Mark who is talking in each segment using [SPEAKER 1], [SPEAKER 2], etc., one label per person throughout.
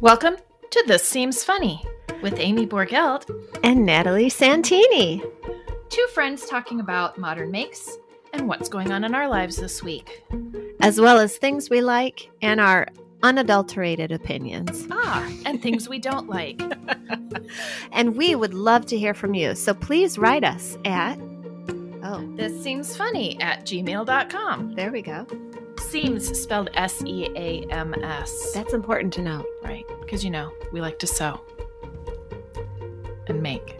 [SPEAKER 1] Welcome to This Seems Funny with Amy Borgelt,
[SPEAKER 2] And Natalie Santini.
[SPEAKER 1] two friends talking about modern makes and what's going on in our lives this week.
[SPEAKER 2] as well as things we like and our unadulterated opinions.
[SPEAKER 1] Ah, and things we don't like.
[SPEAKER 2] And we would love to hear from you. So please write us at, oh,
[SPEAKER 1] This seems funny at gmail.com.
[SPEAKER 2] there we go.
[SPEAKER 1] Seems spelled S E A M S.
[SPEAKER 2] That's important to know.
[SPEAKER 1] Right, because you know, we like to sew and make.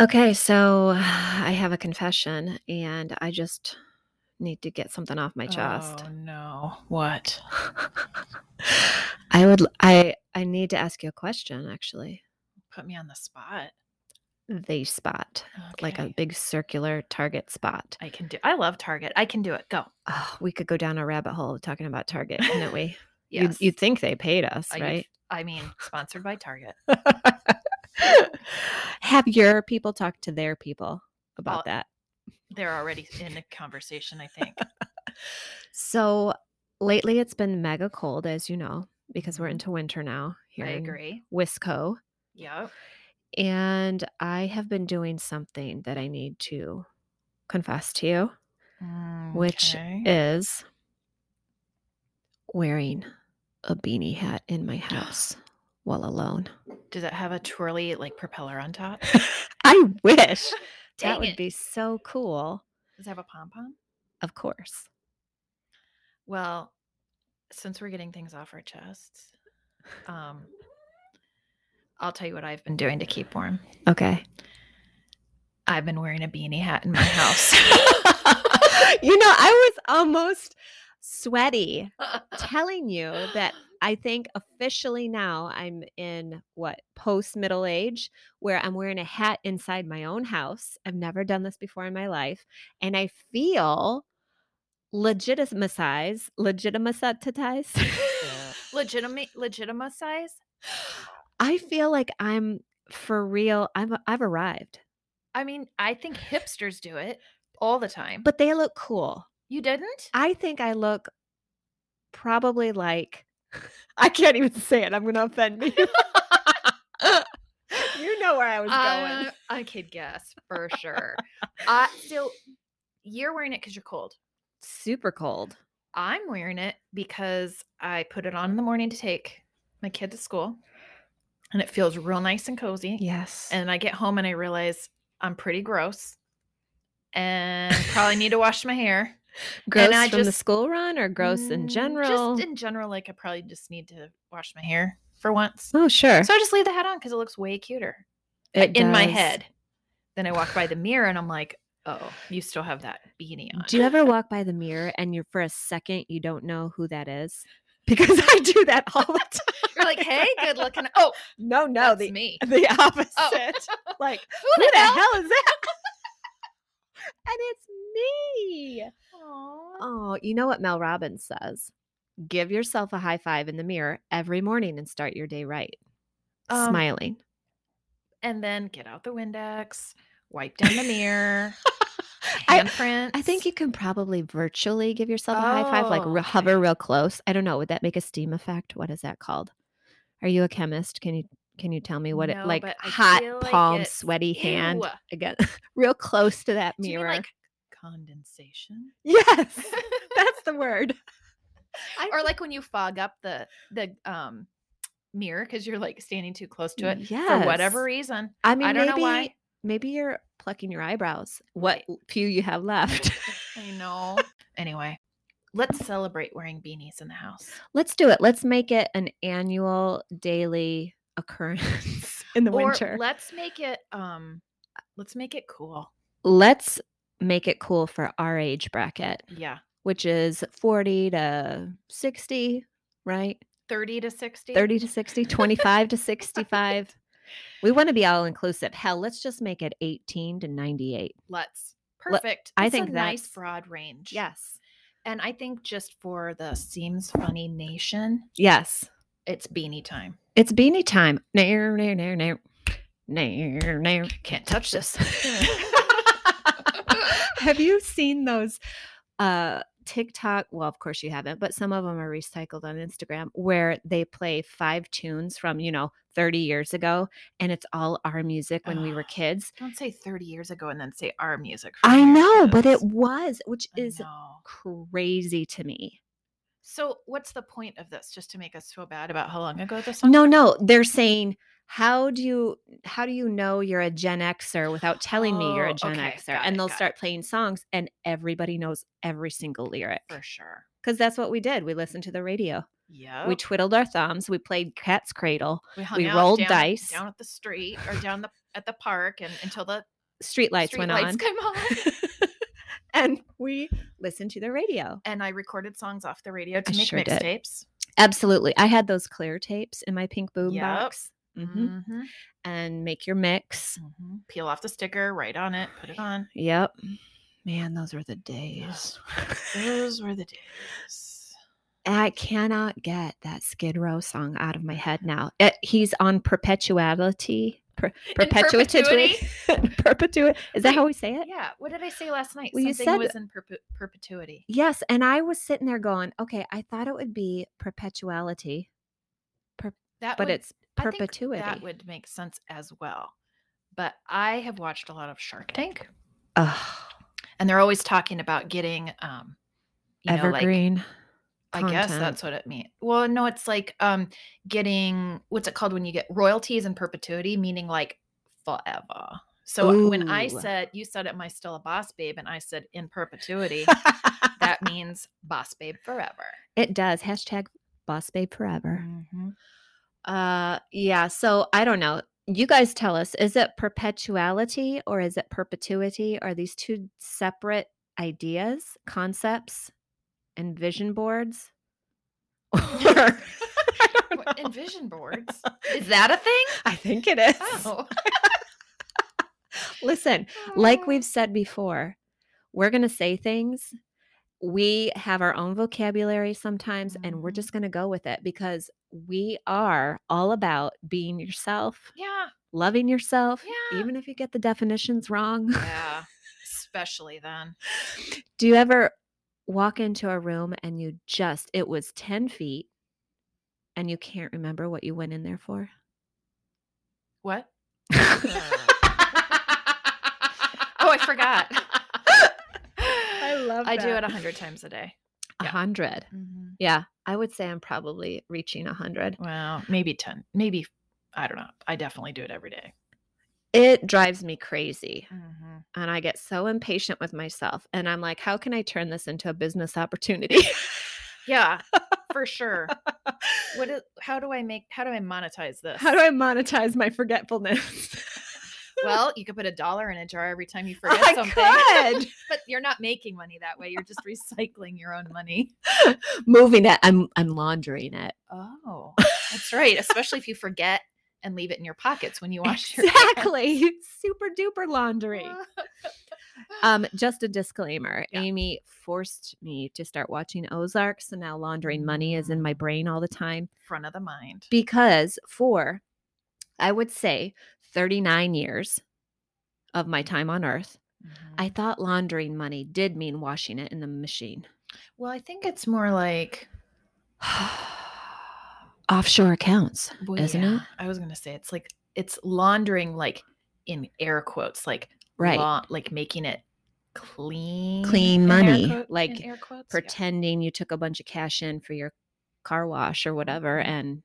[SPEAKER 2] Okay, so I have a confession and I just need to get something off my chest.
[SPEAKER 1] Oh, no. What?
[SPEAKER 2] Oh. I would I I need to ask you a question actually.
[SPEAKER 1] Put me on the spot.
[SPEAKER 2] The spot, like a
[SPEAKER 1] Okay.
[SPEAKER 2] big circular target spot.
[SPEAKER 1] I can do I love Target. I can do it. Go.
[SPEAKER 2] Oh, we could go down a rabbit hole talking about Target, couldn't we?
[SPEAKER 1] Yes.
[SPEAKER 2] You'd, you'd think they paid us,
[SPEAKER 1] I-
[SPEAKER 2] right?
[SPEAKER 1] I mean, sponsored by Target.
[SPEAKER 2] Have your people talk to their people about
[SPEAKER 1] Well-
[SPEAKER 2] that?
[SPEAKER 1] They're already in the conversation, I think.
[SPEAKER 2] So lately it's been mega cold, as you know, because we're into winter now here
[SPEAKER 1] I
[SPEAKER 2] in
[SPEAKER 1] agree.
[SPEAKER 2] Wisco.
[SPEAKER 1] Yep.
[SPEAKER 2] And I have been doing something that I need to confess to you, which
[SPEAKER 1] Okay.
[SPEAKER 2] is wearing a beanie hat in my house while alone.
[SPEAKER 1] does it have a twirly like propeller on top?
[SPEAKER 2] I wish
[SPEAKER 1] Dang
[SPEAKER 2] that would
[SPEAKER 1] it.
[SPEAKER 2] be so cool.
[SPEAKER 1] Does it have a pom pom?
[SPEAKER 2] Of course.
[SPEAKER 1] Well, since we're getting things off our chests, um, I'll tell you what I've been doing to keep warm.
[SPEAKER 2] Okay.
[SPEAKER 1] I've been wearing a beanie hat in my house.
[SPEAKER 2] you know, I was almost sweaty telling you that I think officially now I'm in what post middle age where I'm wearing a hat inside my own house. I've never done this before in my life. And I feel legitimized, legitimized.
[SPEAKER 1] legitimate, legitimate size.
[SPEAKER 2] I feel like I'm for real. I'm I've arrived,
[SPEAKER 1] I mean, I think hipsters do it all the time.
[SPEAKER 2] but they look cool.
[SPEAKER 1] you didn't?
[SPEAKER 2] I think I look probably like I can't even say it. I'm going to offend me. you know where I was
[SPEAKER 1] Uh, I could guess for sure. I so you're wearing it because you're cold.
[SPEAKER 2] Super cold.
[SPEAKER 1] I'm wearing it because I put it on in the morning to take my kid to school, and it feels real nice and cozy.
[SPEAKER 2] Yes.
[SPEAKER 1] And I get home and I realize I'm pretty gross, and probably need to wash my hair.
[SPEAKER 2] gross
[SPEAKER 1] I
[SPEAKER 2] from the
[SPEAKER 1] just-
[SPEAKER 2] school run or gross in
[SPEAKER 1] Mm,
[SPEAKER 2] general?
[SPEAKER 1] Just in general, like I probably just need to wash my hair for once.
[SPEAKER 2] oh, sure.
[SPEAKER 1] So I just leave the hat on because it looks way cuter.
[SPEAKER 2] It
[SPEAKER 1] in my
[SPEAKER 2] does.
[SPEAKER 1] head. Then I walk by the mirror and I'm like, oh, you still have that beanie on.
[SPEAKER 2] Do you ever walk by the mirror and you're for a second you don't know who that is? Because I do that all the time.
[SPEAKER 1] You're like, hey, good looking. Oh,
[SPEAKER 2] No, no,
[SPEAKER 1] that's
[SPEAKER 2] the
[SPEAKER 1] me. Oh.
[SPEAKER 2] the opposite. Like
[SPEAKER 1] Who
[SPEAKER 2] Who
[SPEAKER 1] the hell?
[SPEAKER 2] is that? and it's me.
[SPEAKER 1] Aw.
[SPEAKER 2] Oh, you know what Mel Robbins says? Give yourself a high five in the mirror every morning and start your day right.
[SPEAKER 1] Um,
[SPEAKER 2] Smiling.
[SPEAKER 1] And then get out the Windex, wipe down the mirror,
[SPEAKER 2] I-
[SPEAKER 1] handprints.
[SPEAKER 2] I think you can probably virtually give yourself a high five, like
[SPEAKER 1] Oh,
[SPEAKER 2] re-
[SPEAKER 1] okay.
[SPEAKER 2] hover real close. I don't know. Would that make a steam effect? What is that called? Are you a chemist? Can you can you tell me what
[SPEAKER 1] No,
[SPEAKER 2] it like
[SPEAKER 1] but I
[SPEAKER 2] hot
[SPEAKER 1] feel like
[SPEAKER 2] palm
[SPEAKER 1] it's-
[SPEAKER 2] sweaty hand
[SPEAKER 1] Ew.
[SPEAKER 2] again real close to that
[SPEAKER 1] Do you mean
[SPEAKER 2] mirror?
[SPEAKER 1] like condensation?
[SPEAKER 2] yes. that's the word. I
[SPEAKER 1] or like when you fog up the the um mirror because you're like standing too close to it for whatever
[SPEAKER 2] Yes.
[SPEAKER 1] reason.
[SPEAKER 2] I mean
[SPEAKER 1] I don't
[SPEAKER 2] maybe
[SPEAKER 1] know why.
[SPEAKER 2] maybe you're plucking your eyebrows. What l- few you have left.
[SPEAKER 1] I know. anyway, let's celebrate wearing beanies in the house.
[SPEAKER 2] Let's do it. Let's make it an annual daily occurrence in the winter.
[SPEAKER 1] Or let's make it um let's make it cool.
[SPEAKER 2] Let's make it cool for our age bracket,
[SPEAKER 1] Yeah.
[SPEAKER 2] which is 40 to 60, right?
[SPEAKER 1] 30 to 60.
[SPEAKER 2] 30 to 60, 25 to 65. We want to be all inclusive. Hell, let's just make it 18 to 98.
[SPEAKER 1] Let's.
[SPEAKER 2] Le-
[SPEAKER 1] Perfect.
[SPEAKER 2] I
[SPEAKER 1] It's
[SPEAKER 2] think
[SPEAKER 1] a nice
[SPEAKER 2] that's-
[SPEAKER 1] broad range.
[SPEAKER 2] Yes.
[SPEAKER 1] And I think just for the seems funny nation,
[SPEAKER 2] Yes.
[SPEAKER 1] it's beanie time.
[SPEAKER 2] It's beanie time. Nair, nair, nair, nair. Nair, nair.
[SPEAKER 1] Can't touch this.
[SPEAKER 2] Have you seen those uh TikTok? Well, of course you haven't, but some of them are recycled on Instagram where they play five tunes from, you know, 30 years ago and it's all our music when we were
[SPEAKER 1] Ugh.
[SPEAKER 2] kids.
[SPEAKER 1] Don't say 30 years ago and then say our music. from
[SPEAKER 2] Ah, I
[SPEAKER 1] your
[SPEAKER 2] know, but it
[SPEAKER 1] kids.
[SPEAKER 2] was, which
[SPEAKER 1] I
[SPEAKER 2] is
[SPEAKER 1] know.
[SPEAKER 2] crazy to me.
[SPEAKER 1] So, what's the point of this? Just to make us feel bad about how long ago this song?
[SPEAKER 2] No, no, they're saying how do you how do you know you're a Gen Xer without telling me you're
[SPEAKER 1] Oh,
[SPEAKER 2] a Gen
[SPEAKER 1] okay,
[SPEAKER 2] Xer?
[SPEAKER 1] got
[SPEAKER 2] And
[SPEAKER 1] it,
[SPEAKER 2] they'll
[SPEAKER 1] got it.
[SPEAKER 2] start playing songs, and everybody knows every single lyric
[SPEAKER 1] for sure.
[SPEAKER 2] because that's what we did. We listened to the radio,
[SPEAKER 1] Yeah,
[SPEAKER 2] we twiddled our thumbs, we played Cat's Cradle,
[SPEAKER 1] hung
[SPEAKER 2] we
[SPEAKER 1] out
[SPEAKER 2] rolled
[SPEAKER 1] down-
[SPEAKER 2] dice.
[SPEAKER 1] down at the street or down the at the park and until the
[SPEAKER 2] street lights
[SPEAKER 1] street
[SPEAKER 2] went
[SPEAKER 1] lights
[SPEAKER 2] on,
[SPEAKER 1] came on.
[SPEAKER 2] and we listened to the radio.
[SPEAKER 1] and I recorded songs off the radio to
[SPEAKER 2] I
[SPEAKER 1] make
[SPEAKER 2] sure did.
[SPEAKER 1] mixtapes.
[SPEAKER 2] Absolutely, I had those clear tapes in my pink boom
[SPEAKER 1] Yep.
[SPEAKER 2] box, hmm
[SPEAKER 1] Mhm,
[SPEAKER 2] and make your mix.
[SPEAKER 1] mhm. Peel off the sticker, write on it, put it on.
[SPEAKER 2] Yep, man, those were the days.
[SPEAKER 1] Those were the days.
[SPEAKER 2] I cannot get that Skid Row song out of my head now. It- he's on perpetuality. Per, perpetuity. perpetuity. Is that how we say it?
[SPEAKER 1] Yeah. What did I say last night?
[SPEAKER 2] Well, you
[SPEAKER 1] Something
[SPEAKER 2] said-
[SPEAKER 1] was in perpe- perpetuity.
[SPEAKER 2] Yes. And I was sitting there going, okay, I thought it would be perpetuality,
[SPEAKER 1] That
[SPEAKER 2] but
[SPEAKER 1] would-
[SPEAKER 2] it's
[SPEAKER 1] I think
[SPEAKER 2] perpetuity.
[SPEAKER 1] that would make sense as well. But I have watched a lot of Shark Tank,
[SPEAKER 2] Ugh,
[SPEAKER 1] and they're always talking about getting, um, you know,
[SPEAKER 2] evergreen.
[SPEAKER 1] like I guess
[SPEAKER 2] content.
[SPEAKER 1] that's what it means. Well, no, it's like um, getting what's it called when you get royalties in perpetuity, meaning like forever. So when I
[SPEAKER 2] Ooh.
[SPEAKER 1] said you said it, my still a boss babe, and I said in perpetuity, that means boss babe forever.
[SPEAKER 2] it does. Hashtag boss babe forever.
[SPEAKER 1] Mhm.
[SPEAKER 2] Uh, yeah. So I don't know. You guys tell us, is it perpetuality or is it perpetuity? Are these two separate ideas, concepts, and vision boards? Or, I don't
[SPEAKER 1] What-
[SPEAKER 2] know.
[SPEAKER 1] And vision boards is that a thing?
[SPEAKER 2] I think it is.
[SPEAKER 1] Oh,
[SPEAKER 2] Listen, like we've said before, we're going to say things. We have our own vocabulary sometimes, and we're
[SPEAKER 1] Mhm.
[SPEAKER 2] just going to go with it because we are all about being yourself,
[SPEAKER 1] yeah,
[SPEAKER 2] loving yourself,
[SPEAKER 1] Yeah.
[SPEAKER 2] even if you get the definitions wrong.
[SPEAKER 1] yeah, especially then.
[SPEAKER 2] Do you ever walk into a room and you just, it was 10 feet and you can't remember what you went in there for?
[SPEAKER 1] What? oh, I forgot. I
[SPEAKER 2] love
[SPEAKER 1] I do
[SPEAKER 2] that.
[SPEAKER 1] it
[SPEAKER 2] Mm-hmm.
[SPEAKER 1] a hundred times a day.
[SPEAKER 2] A
[SPEAKER 1] Yeah.
[SPEAKER 2] 100. Yeah. I would say I'm probably reaching a 100.
[SPEAKER 1] Well, maybe ten, maybe I don't know. I definitely do it every day.
[SPEAKER 2] It drives me crazy. and I get so impatient with myself. And I'm like, how can I turn this into a business opportunity?
[SPEAKER 1] Yeah, for sure. What? Is, how do I make? How do I monetize this?
[SPEAKER 2] how do I monetize my forgetfulness?
[SPEAKER 1] Well, you could put a dollar in a jar every time you forget
[SPEAKER 2] I
[SPEAKER 1] something.
[SPEAKER 2] could.
[SPEAKER 1] but you're not making money that way. You're just recycling your own money.
[SPEAKER 2] Moving it, I'm I'm laundering it.
[SPEAKER 1] Oh, that's right. Especially if you forget and leave it in your pockets when you wash your hands.
[SPEAKER 2] Exactly. Super duper laundering.
[SPEAKER 1] Ah.
[SPEAKER 2] Um, just a disclaimer.
[SPEAKER 1] Yeah.
[SPEAKER 2] Amy forced me to start watching Ozark, so now laundering money is in my brain all the time.
[SPEAKER 1] front of the mind.
[SPEAKER 2] because for I would say 39 years of my time on earth, I
[SPEAKER 1] I
[SPEAKER 2] thought laundering money did mean washing it in the machine.
[SPEAKER 1] well, I think it's more like
[SPEAKER 2] Offshore accounts.
[SPEAKER 1] well,
[SPEAKER 2] Isn't
[SPEAKER 1] yeah,
[SPEAKER 2] it?
[SPEAKER 1] I was gonna say it's like it's laundering, like in air quotes, like
[SPEAKER 2] Right.
[SPEAKER 1] laun- like making it clean,
[SPEAKER 2] Clean
[SPEAKER 1] in air
[SPEAKER 2] money,
[SPEAKER 1] quote-
[SPEAKER 2] like
[SPEAKER 1] in air quotes, yeah.
[SPEAKER 2] Pretending you took a bunch of cash in for your car wash or whatever.
[SPEAKER 1] Mhm.
[SPEAKER 2] And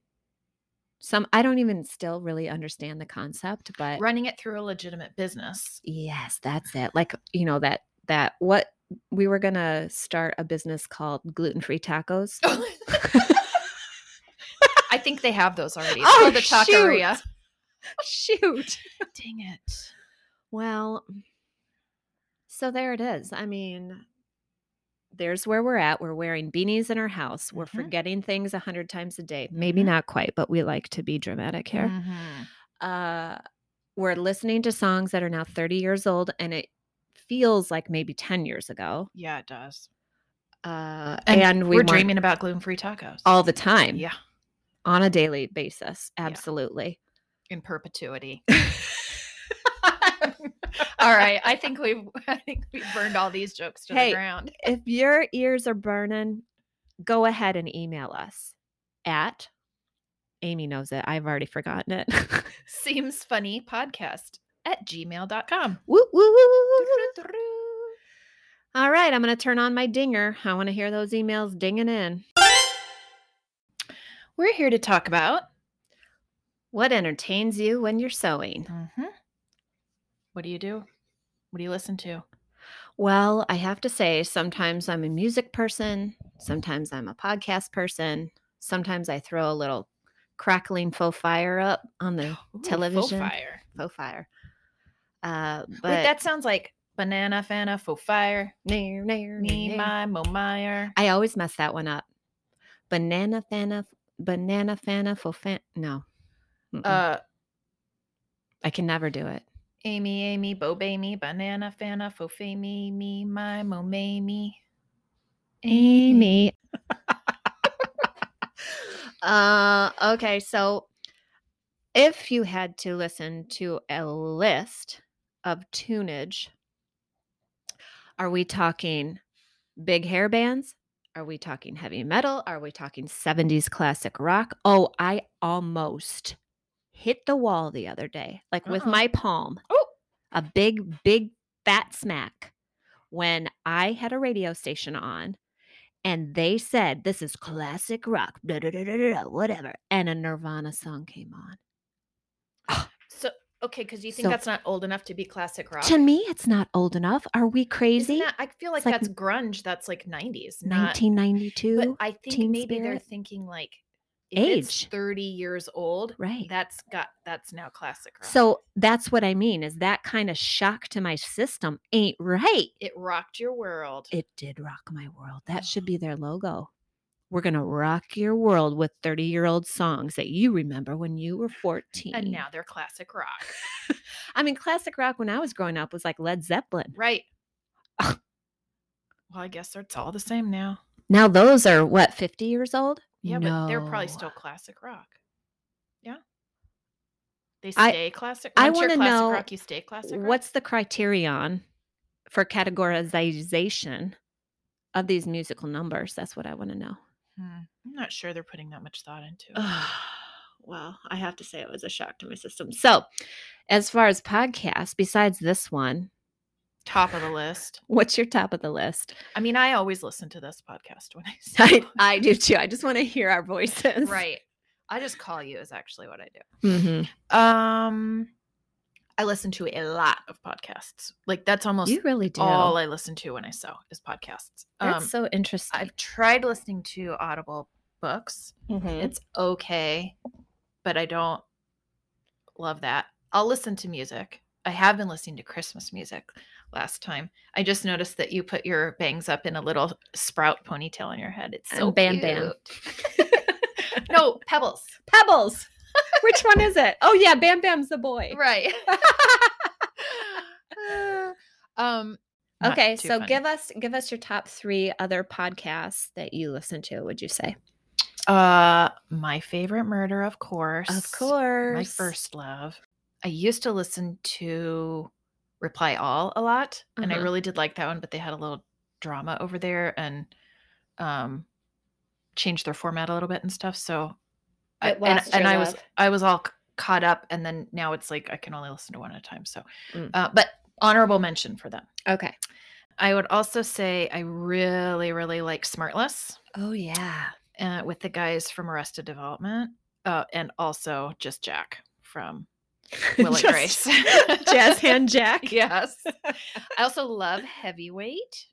[SPEAKER 2] some, I don't even still really understand the concept, but
[SPEAKER 1] running it through a legitimate business.
[SPEAKER 2] yes, that's it. Like, you know, that, that, what we were going to start a business called gluten free tacos.
[SPEAKER 1] I think they have those already.
[SPEAKER 2] Oh,
[SPEAKER 1] It's called the taqueria.
[SPEAKER 2] Shoot.
[SPEAKER 1] Dang it.
[SPEAKER 2] Well, mm, so there it is. I mean, there's where we're at. We're wearing beanies in our house. We're
[SPEAKER 1] Mhm.
[SPEAKER 2] forgetting things a hundred times a day. Maybe
[SPEAKER 1] Mhm.
[SPEAKER 2] not quite, but we like to be dramatic here.
[SPEAKER 1] Mhm.
[SPEAKER 2] Uh, we're listening to songs that are now 30 years old, and it feels like maybe 10 years ago.
[SPEAKER 1] Yeah, it does.
[SPEAKER 2] Uh, and,
[SPEAKER 1] And
[SPEAKER 2] we
[SPEAKER 1] We're
[SPEAKER 2] want-
[SPEAKER 1] dreaming about gluten free tacos.
[SPEAKER 2] all the time
[SPEAKER 1] Yeah,
[SPEAKER 2] on a daily basis.
[SPEAKER 1] Yeah.
[SPEAKER 2] Absolutely.
[SPEAKER 1] in perpetuity. All right. I think we've I think we've burned all these jokes to
[SPEAKER 2] Hey,
[SPEAKER 1] the ground.
[SPEAKER 2] if your ears are burning, go ahead and email us at Amy knows it. I've already forgotten it.
[SPEAKER 1] Seems funny podcast at gmail.com.
[SPEAKER 2] Woo, woo, woo, woo, woo, woo. All right, I'm going to turn on my dinger. I want to hear those emails dinging in.
[SPEAKER 1] We're here to talk about
[SPEAKER 2] What entertains you when you're sewing?
[SPEAKER 1] mm-hmm. what do you do? What do you listen to?
[SPEAKER 2] Well, I have to say, sometimes I'm a music person, sometimes I'm a podcast person, sometimes I throw a little crackling faux fire up on the
[SPEAKER 1] Ooh, faux
[SPEAKER 2] Television.
[SPEAKER 1] fire.
[SPEAKER 2] faux fire. Uh, but
[SPEAKER 1] Wait, that sounds like banana fana faux fire.
[SPEAKER 2] near, near,
[SPEAKER 1] Me, my, mo, mire.
[SPEAKER 2] I always mess that one up. Banana fana, banana fana, fo fan. No, Mm-mm.
[SPEAKER 1] Uh,
[SPEAKER 2] I can never do it.
[SPEAKER 1] Amy, Amy, Bo Amy, Banana Fana, Fofamy, me, my, mo, mamey.
[SPEAKER 2] Amy. uh, okay, so if you had to listen to a list of tunage, are we talking big hair bands? Are we talking heavy metal? Are we talking 70s classic rock? Oh, I almost hit the wall the other day, like with
[SPEAKER 1] Uh-oh.
[SPEAKER 2] my palm.
[SPEAKER 1] Oh.
[SPEAKER 2] A big, big fat smack when I had a radio station on and they said this is classic rock, da, da, da, da, da, da, whatever, and a Nirvana song came on.
[SPEAKER 1] So, okay, because you think
[SPEAKER 2] So-
[SPEAKER 1] that's not old enough to be classic rock?
[SPEAKER 2] To me, it's not old enough. Are we
[SPEAKER 1] Isn't
[SPEAKER 2] crazy?
[SPEAKER 1] that- I feel like
[SPEAKER 2] like
[SPEAKER 1] that's grunge. That's like 90s, not.
[SPEAKER 2] 1992,
[SPEAKER 1] But I think
[SPEAKER 2] Teen
[SPEAKER 1] maybe they're
[SPEAKER 2] Spirit?
[SPEAKER 1] thinking like if it's
[SPEAKER 2] Age.
[SPEAKER 1] 30 years old.
[SPEAKER 2] right?
[SPEAKER 1] That's got that's now classic rock.
[SPEAKER 2] so that's what I mean. Is that kind of shock to my system? Ain't right.
[SPEAKER 1] it rocked your world.
[SPEAKER 2] It did rock my world. That should be their logo. We're gonna rock your world with 30 year old songs that you remember when you were 14.
[SPEAKER 1] and now they're classic rock.
[SPEAKER 2] I mean, classic rock when I was growing up was like Led Zeppelin.
[SPEAKER 1] Right. well, I guess it's all the same now.
[SPEAKER 2] Now those are what 50 years old?
[SPEAKER 1] Yeah, but they're probably
[SPEAKER 2] No.
[SPEAKER 1] still classic rock. Yeah. They
[SPEAKER 2] I-
[SPEAKER 1] stay classic.
[SPEAKER 2] I
[SPEAKER 1] Once you're
[SPEAKER 2] wanna
[SPEAKER 1] classic
[SPEAKER 2] know
[SPEAKER 1] rock, you stay classic rock.
[SPEAKER 2] What's the criterion for categorization of these musical numbers? That's what I want to know.
[SPEAKER 1] Hmm, I'm not sure they're putting that much thought into it.
[SPEAKER 2] well, I have to say it was a shock to my system. So, as far as podcasts, besides this one,
[SPEAKER 1] Top of the list.
[SPEAKER 2] what's your top of the list?
[SPEAKER 1] I mean, I always listen to this podcast when I
[SPEAKER 2] I,
[SPEAKER 1] see
[SPEAKER 2] I do too. I just want to hear our voices.
[SPEAKER 1] Right. I just call you is actually what I do.
[SPEAKER 2] hmm
[SPEAKER 1] Um I listen to a lot of podcasts. Like that's almost
[SPEAKER 2] You really do.
[SPEAKER 1] all I listen to when I sew is podcasts. um,
[SPEAKER 2] That's so interesting.
[SPEAKER 1] I've tried listening to Audible books.
[SPEAKER 2] Mhm.
[SPEAKER 1] It's okay, but I don't love that. I'll listen to music. I have been listening to Christmas music last time. I just noticed that you put your bangs up in a little sprout ponytail on your head. It's
[SPEAKER 2] And
[SPEAKER 1] so
[SPEAKER 2] Bam
[SPEAKER 1] bam
[SPEAKER 2] Bam.
[SPEAKER 1] no, pebbles.
[SPEAKER 2] Pebbles. Which one is it? Oh yeah, Bam Bam's the boy.
[SPEAKER 1] Right. um not
[SPEAKER 2] Okay,
[SPEAKER 1] too
[SPEAKER 2] so
[SPEAKER 1] funny.
[SPEAKER 2] give us give us your top three other podcasts that you listen to. Would you say?
[SPEAKER 1] uh my favorite murder of course.
[SPEAKER 2] course,
[SPEAKER 1] My first love. I used to listen to Reply All a lot, and I
[SPEAKER 2] Uh-huh.
[SPEAKER 1] really did like that one, but they had a little drama over there and um changed their format a little bit and stuff. So I-
[SPEAKER 2] It
[SPEAKER 1] and,
[SPEAKER 2] lost
[SPEAKER 1] and
[SPEAKER 2] your
[SPEAKER 1] I was
[SPEAKER 2] love.
[SPEAKER 1] I was all c- caught up and then now it's like I can only listen to one at a time. So
[SPEAKER 2] Mm.
[SPEAKER 1] uh, but honorable mention for them.
[SPEAKER 2] Okay.
[SPEAKER 1] I would also say I really, really like Smartless
[SPEAKER 2] Oh yeah.
[SPEAKER 1] uh, with the guys from Arrested Development, uh, and also just Jack from Will and
[SPEAKER 2] Just-
[SPEAKER 1] Grace,
[SPEAKER 2] Jazz hand Jack.
[SPEAKER 1] yes, I also love Heavyweight.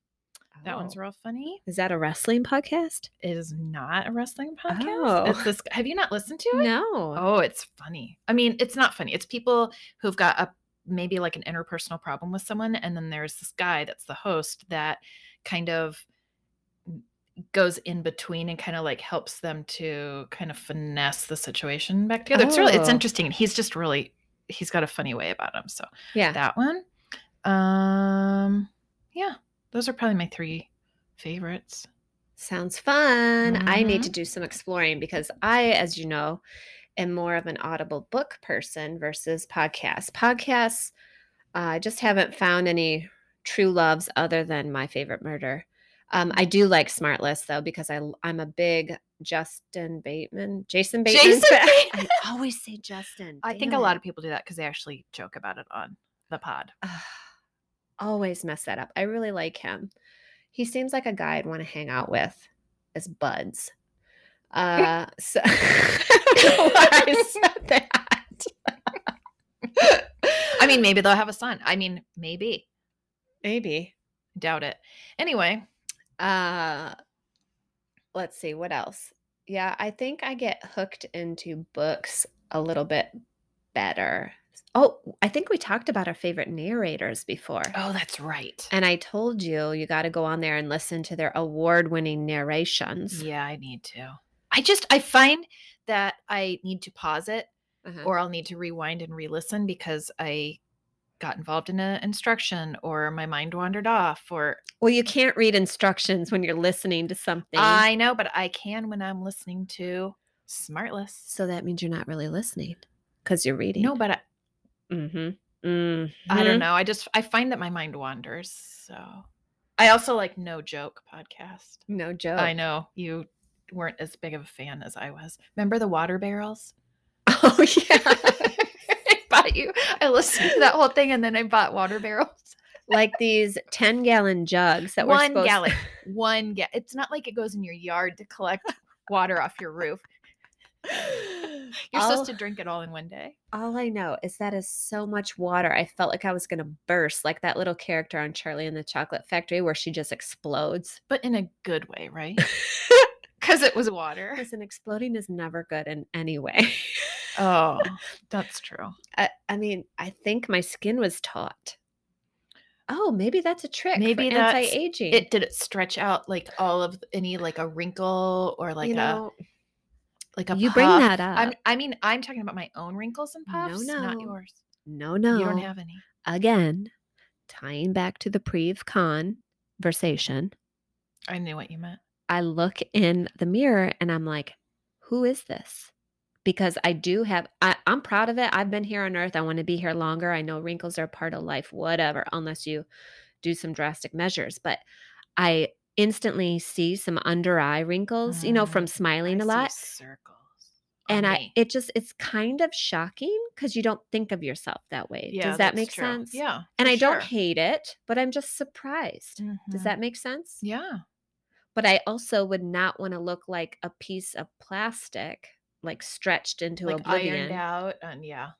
[SPEAKER 1] That one's
[SPEAKER 2] Oh.
[SPEAKER 1] real funny.
[SPEAKER 2] Is that a wrestling podcast?
[SPEAKER 1] It is not a wrestling podcast.
[SPEAKER 2] Oh.
[SPEAKER 1] It's this. Have you not listened to it?
[SPEAKER 2] No.
[SPEAKER 1] Oh, it's funny. I mean, it's not funny. It's people who've got a maybe like an interpersonal problem with someone, and then there's this guy that's the host that kind of goes in between and kind of like helps them to kind of finesse the situation back together. It's really it's
[SPEAKER 2] Oh.
[SPEAKER 1] interesting, and he's just really he's got a funny way about him. So
[SPEAKER 2] Yeah.
[SPEAKER 1] that one, um, yeah, those are probably my three favorites.
[SPEAKER 2] Sounds fun. I need
[SPEAKER 1] Mhm.
[SPEAKER 2] to do some exploring because I, as you know, am more of an audible book person versus podcasts. Podcasts, I just haven't found any true loves other than My Favorite Murder. Um, I do like Smart List though because I I'm a big Justin Bateman, Jason Bateman.
[SPEAKER 1] Jason
[SPEAKER 2] fan.
[SPEAKER 1] Bateman.
[SPEAKER 2] I always say Justin.
[SPEAKER 1] I think a lot of people do that because they actually joke about it on the pod.
[SPEAKER 2] people always mess that up. I really like him. He seems like a guy I'd want to hang out with as buds. Uh, so I don't know why I said that.
[SPEAKER 1] I mean, maybe they'll have a son. I mean, maybe.
[SPEAKER 2] Maybe.
[SPEAKER 1] Doubt it. Anyway,
[SPEAKER 2] Uh let's see what else. Yeah, I think I get hooked into books a little bit better. Oh, I think we talked about our favorite narrators before.
[SPEAKER 1] oh, that's right.
[SPEAKER 2] And I told you you got to go on there and listen to their award-winning narrations.
[SPEAKER 1] Yeah, I need to. I just I find that I need to pause it
[SPEAKER 2] Uh-huh.
[SPEAKER 1] or I'll need to rewind and re-listen because I got involved in an instruction or my mind wandered off or
[SPEAKER 2] Well, you can't read instructions when you're listening to something.
[SPEAKER 1] I know, but I can when I'm listening to Smartless.
[SPEAKER 2] so that means you're not really listening cuz you're reading.
[SPEAKER 1] No, but I,
[SPEAKER 2] Mhm.
[SPEAKER 1] I don't
[SPEAKER 2] Mhm.
[SPEAKER 1] know. I just I find that my mind wanders. So I also like no joke podcast.
[SPEAKER 2] No joke.
[SPEAKER 1] I know you weren't as big of a fan as I was. Remember the water barrels?
[SPEAKER 2] Oh yeah.
[SPEAKER 1] I bought you. I listened to that whole thing, and then I bought water barrels.
[SPEAKER 2] like these 10 gallon jugs that were
[SPEAKER 1] One
[SPEAKER 2] supposed
[SPEAKER 1] gallon. One gallon. It's not like it goes in your yard to collect water off your roof. You're
[SPEAKER 2] all,
[SPEAKER 1] supposed to drink it all in one day.
[SPEAKER 2] all I know is that is so much water. I felt like I was going to burst, like that little character on Charlie and the Chocolate Factory where she just explodes.
[SPEAKER 1] but in a good way, right? Because it was water.
[SPEAKER 2] Listen, exploding is never good in any way.
[SPEAKER 1] Oh, that's true.
[SPEAKER 2] I, I mean, I think my skin was taut. Oh, maybe that's a trick.
[SPEAKER 1] Maybe
[SPEAKER 2] for
[SPEAKER 1] that's-
[SPEAKER 2] anti-aging.
[SPEAKER 1] It did it stretch out like all of any like a wrinkle or like
[SPEAKER 2] you know,
[SPEAKER 1] a like a
[SPEAKER 2] you bring
[SPEAKER 1] puff.
[SPEAKER 2] that up.
[SPEAKER 1] I'm, I mean, I'm talking about my own wrinkles and
[SPEAKER 2] No,
[SPEAKER 1] puffs, not
[SPEAKER 2] no.
[SPEAKER 1] yours.
[SPEAKER 2] no, no.
[SPEAKER 1] You don't have any.
[SPEAKER 2] Again, tying back to the Preve conversation.
[SPEAKER 1] I knew what you meant.
[SPEAKER 2] I look in the mirror and I'm like, who is this? Because I do have, I, I'm proud of it. I've been here on earth. I want to be here longer. I know wrinkles are a part of life, whatever, unless you do some drastic measures. But I instantly see some under eye wrinkles, you know, from
[SPEAKER 1] Mm,
[SPEAKER 2] smiling
[SPEAKER 1] I
[SPEAKER 2] a
[SPEAKER 1] see
[SPEAKER 2] lot.
[SPEAKER 1] Circles. on
[SPEAKER 2] And I,
[SPEAKER 1] me.
[SPEAKER 2] it just, it's kind of shocking because you don't think of yourself that way.
[SPEAKER 1] Yeah,
[SPEAKER 2] Does that
[SPEAKER 1] that's
[SPEAKER 2] make
[SPEAKER 1] true.
[SPEAKER 2] sense?
[SPEAKER 1] Yeah.
[SPEAKER 2] And
[SPEAKER 1] for
[SPEAKER 2] I don't
[SPEAKER 1] sure.
[SPEAKER 2] hate it, but I'm just surprised. Does
[SPEAKER 1] Mhm.
[SPEAKER 2] that make sense?
[SPEAKER 1] Yeah.
[SPEAKER 2] but I also would not want to look like a piece of plastic, like stretched into
[SPEAKER 1] Like ironed
[SPEAKER 2] oblivion
[SPEAKER 1] out and yeah. I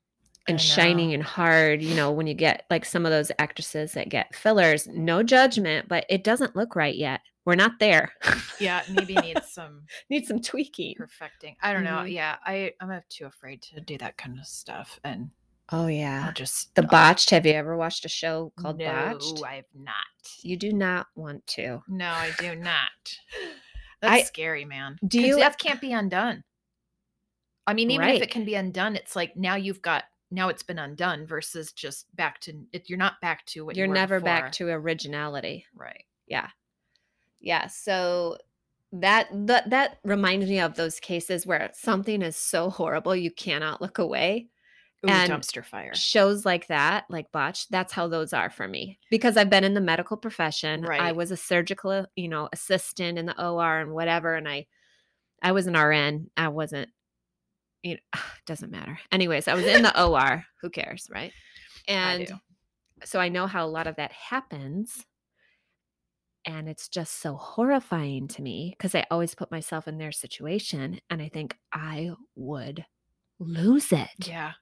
[SPEAKER 2] and shining
[SPEAKER 1] know.
[SPEAKER 2] and hard. You know, when you get like some of those actresses that get fillers, no judgment, but it doesn't look right yet. We're not there.
[SPEAKER 1] Yeah, maybe needs some
[SPEAKER 2] Need some tweaking.
[SPEAKER 1] perfecting. I don't know.
[SPEAKER 2] Mhm.
[SPEAKER 1] Yeah, I I'm a- too afraid to do that kind of stuff, and
[SPEAKER 2] Oh
[SPEAKER 1] I'll
[SPEAKER 2] yeah,
[SPEAKER 1] just
[SPEAKER 2] the
[SPEAKER 1] I'll-
[SPEAKER 2] botched. Have you ever watched a show called
[SPEAKER 1] no,
[SPEAKER 2] Botched?
[SPEAKER 1] I've not.
[SPEAKER 2] You do not want to.
[SPEAKER 1] No, I do not. That's
[SPEAKER 2] I-
[SPEAKER 1] scary, man.
[SPEAKER 2] Do
[SPEAKER 1] 'Cause
[SPEAKER 2] you-
[SPEAKER 1] That can't be undone. I mean, even if
[SPEAKER 2] Right.
[SPEAKER 1] it can be undone, it's like now you've got now it's been undone versus just back to it. You're not back to what you
[SPEAKER 2] You're
[SPEAKER 1] were
[SPEAKER 2] never back
[SPEAKER 1] before.
[SPEAKER 2] to originality.
[SPEAKER 1] right.
[SPEAKER 2] yeah so that that that reminds me of those cases where something is so horrible you cannot look away
[SPEAKER 1] Ooh,
[SPEAKER 2] And
[SPEAKER 1] dumpster fire.
[SPEAKER 2] shows like that like botch that's how those are for me because i've been in the medical profession i
[SPEAKER 1] Right.
[SPEAKER 2] was a surgical uh, you know assistant in the or and whatever and i i was an rn i wasn't you know doesn't matter anyways i was in the or who cares right
[SPEAKER 1] I
[SPEAKER 2] and
[SPEAKER 1] do.
[SPEAKER 2] so I know how a lot of that happens. And it's just so horrifying to me because I always put myself in their situation and I think I would lose it
[SPEAKER 1] yeah,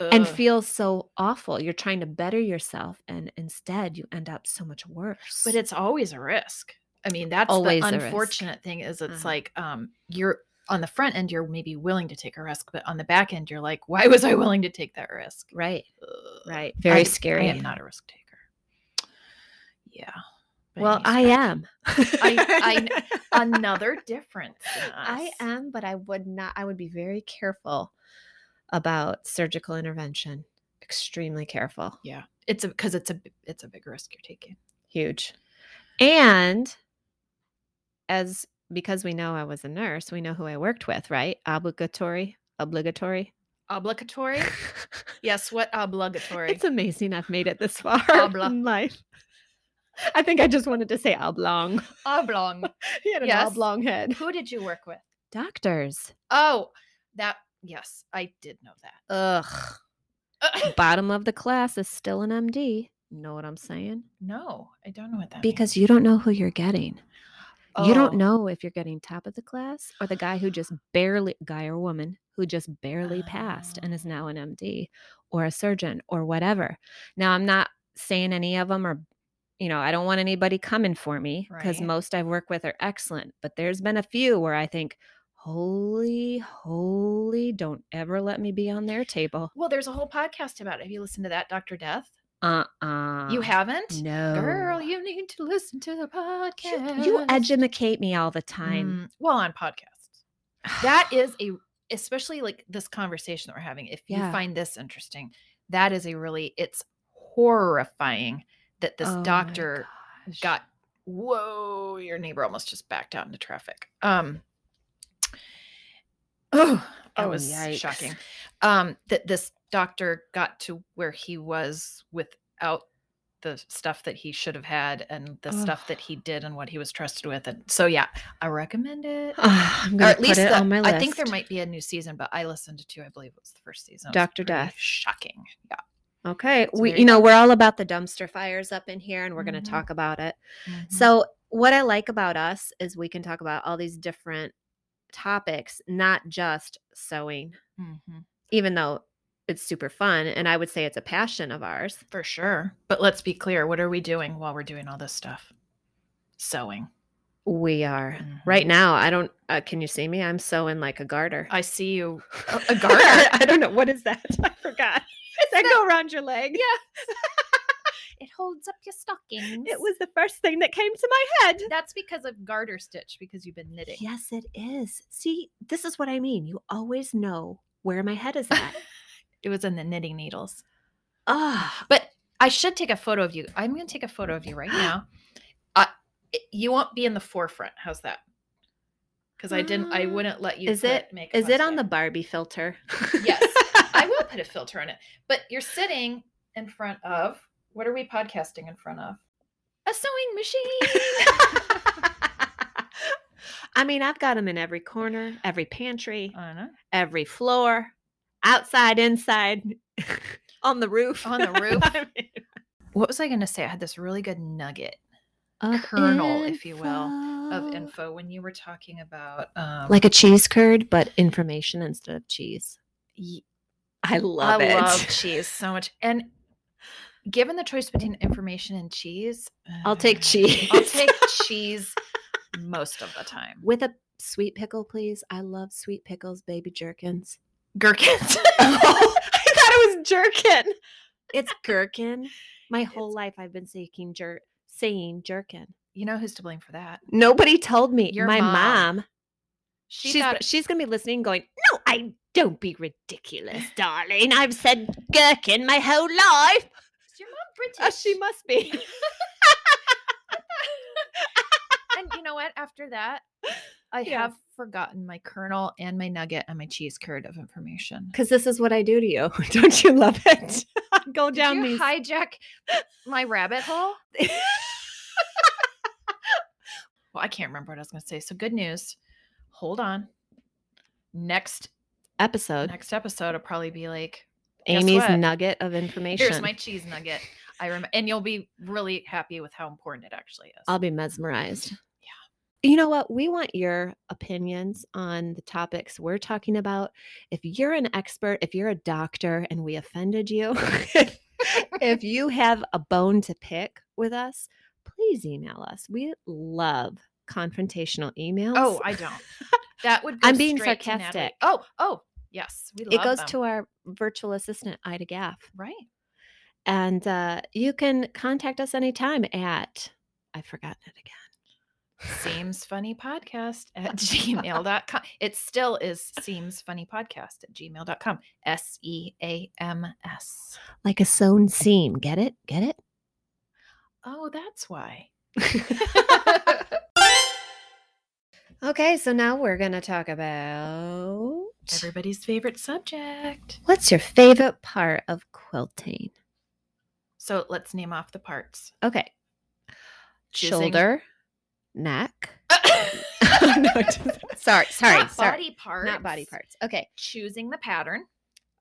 [SPEAKER 2] and
[SPEAKER 1] Ugh.
[SPEAKER 2] feel so awful. You're trying to better yourself and instead you end up so much worse.
[SPEAKER 1] But it's always a risk. I mean, that's
[SPEAKER 2] Always a
[SPEAKER 1] the
[SPEAKER 2] risk.
[SPEAKER 1] unfortunate thing is it's
[SPEAKER 2] Uh-huh.
[SPEAKER 1] like um you're on the front end you're maybe willing to take a risk, but on the back end you're like, why was I willing to take that risk?
[SPEAKER 2] right,
[SPEAKER 1] Ugh.
[SPEAKER 2] right. Very
[SPEAKER 1] I-
[SPEAKER 2] scary.
[SPEAKER 1] I am not a risk taker. Yeah. but
[SPEAKER 2] well, I
[SPEAKER 1] anyway,
[SPEAKER 2] am.
[SPEAKER 1] I- another difference. in
[SPEAKER 2] I
[SPEAKER 1] us.
[SPEAKER 2] am, but I would not, I would be very careful about surgical intervention. Extremely careful.
[SPEAKER 1] Yeah. It's a because it's a b- it's a big risk you're taking.
[SPEAKER 2] huge and as because we know i was a nurse we know who i worked with right obligatory obligatory
[SPEAKER 1] Obligatory? yes, what obligatory?
[SPEAKER 2] It's amazing I've made it this far
[SPEAKER 1] Obla-
[SPEAKER 2] in life. I think I just wanted to say oblong.
[SPEAKER 1] Oblong.
[SPEAKER 2] He had an
[SPEAKER 1] Yes.
[SPEAKER 2] oblong head.
[SPEAKER 1] Who did you work with?
[SPEAKER 2] Doctors.
[SPEAKER 1] Oh, that yes, I did know that.
[SPEAKER 2] Ugh.
[SPEAKER 1] Uh,
[SPEAKER 2] Bottom of the class is still an MD. Know what I'm saying?
[SPEAKER 1] no, I don't know what that
[SPEAKER 2] Because you don't know who you're getting.
[SPEAKER 1] means.
[SPEAKER 2] You don't
[SPEAKER 1] Oh,
[SPEAKER 2] know if you're getting top of the class or the guy who just barely, guy or woman, who just barely passed and is
[SPEAKER 1] Oh.
[SPEAKER 2] now an MD or a surgeon or whatever. Now, I'm not saying any of them are, you know, I don't want anybody coming for me because
[SPEAKER 1] Right.
[SPEAKER 2] most I've worked with are excellent, but there's been a few where I think, holy, holy, don't ever let me be on their table.
[SPEAKER 1] Well, there's a whole podcast about it. Have you listened to that, Doctor Death?
[SPEAKER 2] Uh uh
[SPEAKER 1] you haven't?
[SPEAKER 2] No.
[SPEAKER 1] Girl, you need to listen to the
[SPEAKER 2] You-
[SPEAKER 1] podcast.
[SPEAKER 2] you educate me all the time.
[SPEAKER 1] Mm, well, on podcasts. That is a especially like this conversation that we're having. If you
[SPEAKER 2] Yeah.
[SPEAKER 1] find this interesting, that is a really it's horrifying that this
[SPEAKER 2] Oh my
[SPEAKER 1] doctor
[SPEAKER 2] gosh.
[SPEAKER 1] got whoa your neighbor almost just backed out into traffic um oh that
[SPEAKER 2] Oh,
[SPEAKER 1] was
[SPEAKER 2] yikes.
[SPEAKER 1] shocking um that this doctor got to where he was without the stuff that he should have had and the stuff that
[SPEAKER 2] Ugh.
[SPEAKER 1] he did and what he was trusted with and so yeah i recommend it
[SPEAKER 2] Ah, I'm
[SPEAKER 1] or
[SPEAKER 2] gonna
[SPEAKER 1] at
[SPEAKER 2] put
[SPEAKER 1] least
[SPEAKER 2] it
[SPEAKER 1] the-
[SPEAKER 2] on my list.
[SPEAKER 1] i think there might be a new season but i listened to two i believe it was the first season It was
[SPEAKER 2] Dr.
[SPEAKER 1] pretty
[SPEAKER 2] Death.
[SPEAKER 1] shocking yeah
[SPEAKER 2] Okay,
[SPEAKER 1] It's
[SPEAKER 2] we
[SPEAKER 1] very
[SPEAKER 2] you know we're all about the dumpster fires up in here, and we're going
[SPEAKER 1] Mhm.
[SPEAKER 2] to talk about it.
[SPEAKER 1] Mhm.
[SPEAKER 2] So what I like about us is we can talk about all these different topics, not just sewing,
[SPEAKER 1] Mhm.
[SPEAKER 2] even though it's super fun, and I would say it's a passion of ours.
[SPEAKER 1] For sure. But let's be clear what are we doing while we're doing all this stuff? Sewing.
[SPEAKER 2] We are right now. I don't. Uh, can you see me? I'm sewing like a garter.
[SPEAKER 1] I see you. a- a garter?
[SPEAKER 2] I don't know what is that. I forgot. Does that go around your leg?
[SPEAKER 1] It holds up your stockings.
[SPEAKER 2] It was the first thing that came to my head.
[SPEAKER 1] That's because of garter stitch because you've been knitting.
[SPEAKER 2] Yes, it is. See, this is what I mean. You always know where my head is at.
[SPEAKER 1] It was in the knitting needles.
[SPEAKER 2] Ah,
[SPEAKER 1] But I should take a photo of you. I'm going to take a photo of you right now. Uh, it- you won't be in the forefront. How's that? Because I didn't. I
[SPEAKER 2] Ah,
[SPEAKER 1] wouldn't let you.
[SPEAKER 2] is
[SPEAKER 1] put
[SPEAKER 2] it-
[SPEAKER 1] makeup
[SPEAKER 2] is it on the
[SPEAKER 1] today.
[SPEAKER 2] Barbie filter?
[SPEAKER 1] Yes. I will put a filter on it. But you're sitting in front of what are we podcasting in front of? A sewing machine.
[SPEAKER 2] I mean, I've got them in every corner, every pantry,
[SPEAKER 1] I know.
[SPEAKER 2] every floor, outside, inside, on the roof,
[SPEAKER 1] On the roof.
[SPEAKER 2] I mean,
[SPEAKER 1] What was I going to say? I had this really good nugget
[SPEAKER 2] of
[SPEAKER 1] Kernel, if you will, of
[SPEAKER 2] info.
[SPEAKER 1] info when you were talking about um,
[SPEAKER 2] Like a cheese curd, but information instead of cheese.
[SPEAKER 1] y-
[SPEAKER 2] I love
[SPEAKER 1] I
[SPEAKER 2] it.
[SPEAKER 1] love cheese so much, and given the choice between information and cheese,
[SPEAKER 2] I'll take
[SPEAKER 1] uh,
[SPEAKER 2] cheese.
[SPEAKER 1] I'll take cheese most of the time.
[SPEAKER 2] with a sweet pickle, please. I love sweet pickles, baby gherkins.
[SPEAKER 1] Gherkins.
[SPEAKER 2] I thought it was jerkin. It's gherkin. My whole
[SPEAKER 1] It's-
[SPEAKER 2] life I've been saying jer- saying jerkin.
[SPEAKER 1] you know who's to blame for that?
[SPEAKER 2] Nobody told me.
[SPEAKER 1] Your
[SPEAKER 2] My
[SPEAKER 1] mom.
[SPEAKER 2] mom.
[SPEAKER 1] She
[SPEAKER 2] she's
[SPEAKER 1] thought-
[SPEAKER 2] she's gonna be listening, going, "No, I don't be ridiculous, darling. I've said gherkin my whole life."
[SPEAKER 1] Is your mom British?
[SPEAKER 2] Uh, she must be.
[SPEAKER 1] and you know what? After that, I
[SPEAKER 2] Yeah.
[SPEAKER 1] have forgotten my kernel and my nugget and my cheese curd of information.
[SPEAKER 2] Because this is what I do to you. Don't you love it? Go
[SPEAKER 1] Did
[SPEAKER 2] down
[SPEAKER 1] you
[SPEAKER 2] these.
[SPEAKER 1] hijack my rabbit hole? Well, I can't remember what I was going to say. So good news. Hold on. Next
[SPEAKER 2] Episode.
[SPEAKER 1] next episode, I'll probably be like, guess
[SPEAKER 2] Amy's
[SPEAKER 1] what?
[SPEAKER 2] nugget of information.
[SPEAKER 1] here's my cheese nugget. I rem- and you'll be really happy with how important it actually is.
[SPEAKER 2] I'll be mesmerized. Yeah. You know what? We want your opinions on the topics we're talking about. If you're an expert, if you're a doctor and we offended you, if you have a bone to pick with us, please email us. We love confrontational emails.
[SPEAKER 1] oh, I don't. That would. Go
[SPEAKER 2] I'm being
[SPEAKER 1] straight to Natalie.
[SPEAKER 2] sarcastic.
[SPEAKER 1] Oh, oh, yes, we love
[SPEAKER 2] it goes
[SPEAKER 1] them.
[SPEAKER 2] to our virtual assistant, Ida Gaff.
[SPEAKER 1] right.
[SPEAKER 2] And uh, you can contact us anytime at, I've forgotten it again.
[SPEAKER 1] seems funny podcast at gmail.com it still is seems funny podcast at gmail.com E s-e-a-m-s
[SPEAKER 2] Like a sewn seam. Get it? Get it?
[SPEAKER 1] oh that's why
[SPEAKER 2] Okay, so now we're going to talk about
[SPEAKER 1] Everybody's favorite subject.
[SPEAKER 2] what's your favorite part of quilting?
[SPEAKER 1] So let's name off the parts.
[SPEAKER 2] Okay.
[SPEAKER 1] Choosing-
[SPEAKER 2] Shoulder, neck. No, just- sorry, sorry,
[SPEAKER 1] Not
[SPEAKER 2] sorry.
[SPEAKER 1] Body parts.
[SPEAKER 2] Not body parts. Okay.
[SPEAKER 1] Choosing the pattern.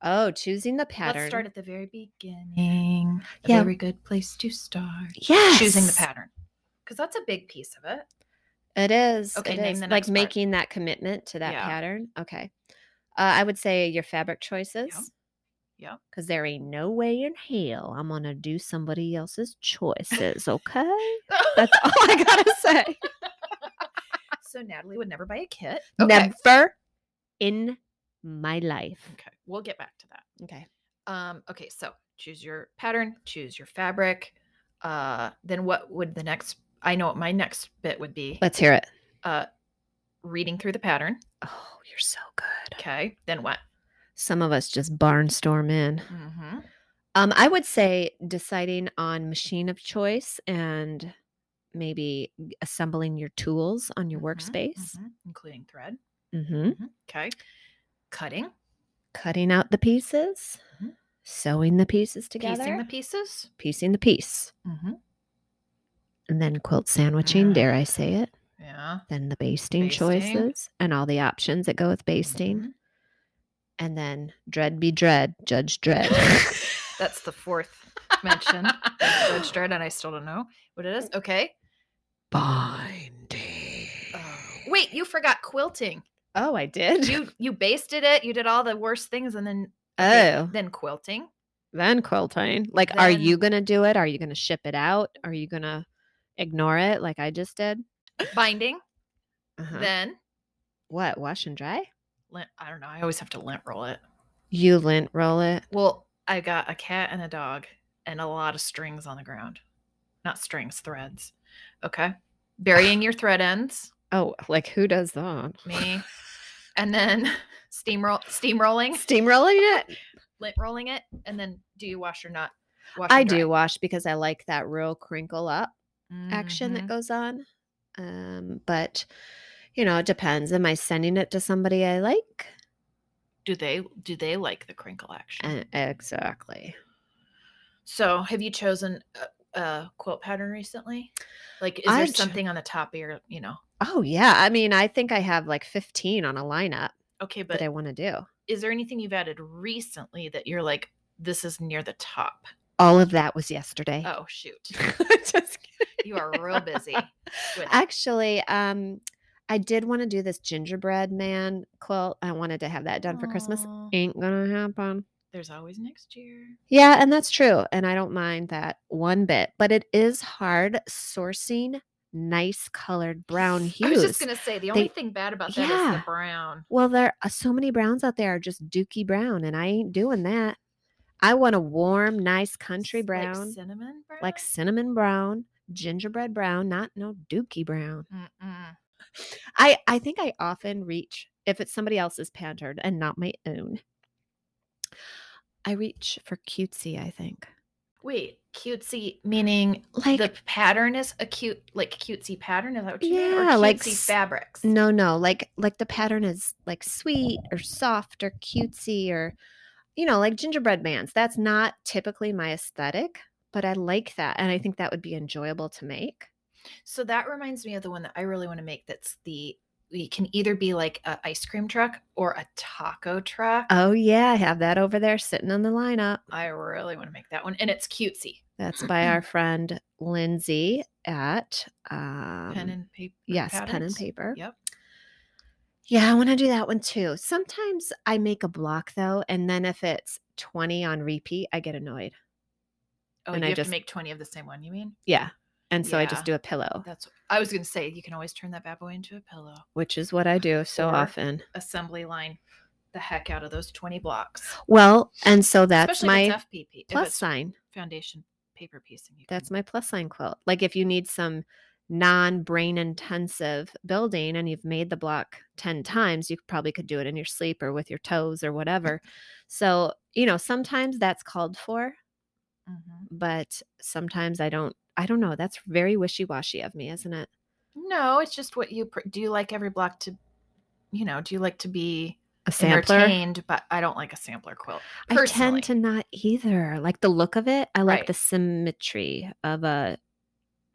[SPEAKER 2] Oh, choosing the pattern.
[SPEAKER 1] Let's start at the very beginning. A
[SPEAKER 2] Yeah.
[SPEAKER 1] very good place to start.
[SPEAKER 2] yes.
[SPEAKER 1] Choosing the pattern. Because that's a big piece of it.
[SPEAKER 2] It is.
[SPEAKER 1] Okay,
[SPEAKER 2] it
[SPEAKER 1] name
[SPEAKER 2] is.
[SPEAKER 1] the next
[SPEAKER 2] like
[SPEAKER 1] part.
[SPEAKER 2] making that commitment to that
[SPEAKER 1] Yeah.
[SPEAKER 2] pattern. Okay. Uh, I would say your fabric choices.
[SPEAKER 1] Yeah.
[SPEAKER 2] Because there ain't no way in hell I'm going to do somebody else's choices. Okay. That's all I got to say.
[SPEAKER 1] so Natalie would never buy a kit.
[SPEAKER 2] Never in my life.
[SPEAKER 1] Okay. We'll get back to that.
[SPEAKER 2] Okay.
[SPEAKER 1] Um, okay, so choose your pattern, choose your fabric. Uh, then what would the next I know what my next bit would be.
[SPEAKER 2] Let's hear it.
[SPEAKER 1] Uh reading through the pattern.
[SPEAKER 2] Oh, you're so good.
[SPEAKER 1] Okay. Then what?
[SPEAKER 2] Some of us just barnstorm in.
[SPEAKER 1] Mm-hmm.
[SPEAKER 2] Um, I would say deciding on machine of choice and maybe g- assembling your tools on your workspace,
[SPEAKER 1] mm-hmm, including thread. Mm-hmm,
[SPEAKER 2] hmm
[SPEAKER 1] Okay. Cutting,
[SPEAKER 2] cutting out the pieces,
[SPEAKER 1] Mhm.
[SPEAKER 2] sewing the pieces together,
[SPEAKER 1] piecing the pieces.
[SPEAKER 2] piecing the piece,
[SPEAKER 1] Mm-hmm.
[SPEAKER 2] and then quilt sandwiching,
[SPEAKER 1] Mm.
[SPEAKER 2] dare I say it,
[SPEAKER 1] Yeah.
[SPEAKER 2] then the basting,
[SPEAKER 1] Basting.
[SPEAKER 2] choices and all the options that go with basting,
[SPEAKER 1] Mhm.
[SPEAKER 2] and then dread be dread, judge dread.
[SPEAKER 1] That's the fourth mention. of Judge Dredd, and I still don't know what it is.
[SPEAKER 2] Oh.
[SPEAKER 1] Okay.
[SPEAKER 2] Binding.
[SPEAKER 1] Wait, you forgot quilting.
[SPEAKER 2] Oh, I did.
[SPEAKER 1] You you basted it. You did all the worst things, and then okay,
[SPEAKER 2] oh.
[SPEAKER 1] then quilting.
[SPEAKER 2] then quilting. Like, are
[SPEAKER 1] Then-
[SPEAKER 2] you gonna do it? Are you gonna ship it out? Are you gonna ignore it like I just did?
[SPEAKER 1] binding,
[SPEAKER 2] Uh-huh.
[SPEAKER 1] then
[SPEAKER 2] what wash and dry?
[SPEAKER 1] lint. I don't know. I always have to lint roll it.
[SPEAKER 2] You lint roll it.
[SPEAKER 1] Well, I got a cat and a dog and a lot of strings on the ground. Not strings, threads. Okay. Burying your thread ends,
[SPEAKER 2] Oh, like who does that?
[SPEAKER 1] me. And then steamroll steamrolling,
[SPEAKER 2] Steamrolling it.
[SPEAKER 1] lint rolling it, and then do you wash or not? Wash
[SPEAKER 2] I
[SPEAKER 1] and dry.
[SPEAKER 2] do wash because I like that real crinkle up action
[SPEAKER 1] Mhm.
[SPEAKER 2] that goes on. Um, but you know, it depends. Am I sending it to somebody I like?
[SPEAKER 1] do they do they like the crinkle action?
[SPEAKER 2] Uh, exactly.
[SPEAKER 1] so, have you chosen a, a quilt pattern recently? Like, is there
[SPEAKER 2] I cho-
[SPEAKER 1] something on the top of your, you know?
[SPEAKER 2] Oh yeah. I mean, I think I have like 15 on a lineup
[SPEAKER 1] Okay, but
[SPEAKER 2] that I want to do.
[SPEAKER 1] is there anything you've added recently that you're like this is near the top
[SPEAKER 2] All of that was yesterday.
[SPEAKER 1] oh shoot
[SPEAKER 2] Just kidding.
[SPEAKER 1] you are real busy with
[SPEAKER 2] Actually, um, I did want to do this gingerbread man quilt. I wanted to have that done for Christmas.
[SPEAKER 1] Aw,
[SPEAKER 2] Ain't gonna happen.
[SPEAKER 1] there's always next year
[SPEAKER 2] Yeah, and that's true. And I don't mind that one bit, but it is hard sourcing nice colored brown
[SPEAKER 1] i
[SPEAKER 2] hues.
[SPEAKER 1] was just gonna say the only thing bad about that is
[SPEAKER 2] Yeah.
[SPEAKER 1] the brown
[SPEAKER 2] Well, there are so many browns out there are just dookie brown, and I ain't doing that. I want a warm, nice country
[SPEAKER 1] S-
[SPEAKER 2] brown,
[SPEAKER 1] like cinnamon brown
[SPEAKER 2] like cinnamon brown, gingerbread brown, not no dookie brown.
[SPEAKER 1] Mm-mm.
[SPEAKER 2] I I think I often reach if it's somebody else's pattern and not my own. I reach for cutesy. I think
[SPEAKER 1] wait cutesy meaning
[SPEAKER 2] like
[SPEAKER 1] the pattern is a cute like cutesy pattern is that what you mean
[SPEAKER 2] Yeah,
[SPEAKER 1] or
[SPEAKER 2] like
[SPEAKER 1] cutesy
[SPEAKER 2] s-
[SPEAKER 1] fabrics
[SPEAKER 2] no no like like the pattern is like sweet or soft or cutesy or you know like gingerbread man's. That's not typically my aesthetic, but I like that and I think that would be enjoyable to make.
[SPEAKER 1] so that reminds me of the one that i really want to make that's the it can either be like an ice cream truck or a taco truck
[SPEAKER 2] Oh yeah, I have that over there sitting on the lineup.
[SPEAKER 1] I really want to make that one, and it's cutesy.
[SPEAKER 2] That's by our friend Lindsay at um,
[SPEAKER 1] pen and paper.
[SPEAKER 2] yes, pen and
[SPEAKER 1] patterns.
[SPEAKER 2] paper.
[SPEAKER 1] Yep.
[SPEAKER 2] Yeah, I want to do that one too. Sometimes I make a block though, and then if it's 20 on repeat, I get annoyed.
[SPEAKER 1] Oh,
[SPEAKER 2] And
[SPEAKER 1] you
[SPEAKER 2] I
[SPEAKER 1] have
[SPEAKER 2] just-
[SPEAKER 1] to make twenty of the same one. You mean?
[SPEAKER 2] Yeah. And so I just
[SPEAKER 1] Yeah.
[SPEAKER 2] do a pillow,
[SPEAKER 1] That's. I was going to say you can always turn that bad boy into a pillow.
[SPEAKER 2] which is what I do so
[SPEAKER 1] Or-
[SPEAKER 2] often.
[SPEAKER 1] Assembly line, the heck out of those twenty blocks.
[SPEAKER 2] Well, and so that's
[SPEAKER 1] Especially if
[SPEAKER 2] my
[SPEAKER 1] it's FPP. if
[SPEAKER 2] plus
[SPEAKER 1] it's
[SPEAKER 2] sign.
[SPEAKER 1] foundation paper piecing. You
[SPEAKER 2] That's my plus sign quilt. Like if you need some non brain intensive building and you've made the block 10 times, you probably could do it in your sleep or with your toes or whatever. So, you know, sometimes that's called for.
[SPEAKER 1] my. Mm-hmm.
[SPEAKER 2] but sometimes I don't I don't know. That's very wishy-washy of me, isn't it?
[SPEAKER 1] No, it's just what you pr- do. You like every block to, you know, do you like to be
[SPEAKER 2] A sampler.
[SPEAKER 1] entertained? But I don't like a sampler quilt.
[SPEAKER 2] I
[SPEAKER 1] Personally.
[SPEAKER 2] tend to not either. Like the look of it, I like
[SPEAKER 1] Right.
[SPEAKER 2] the symmetry of a.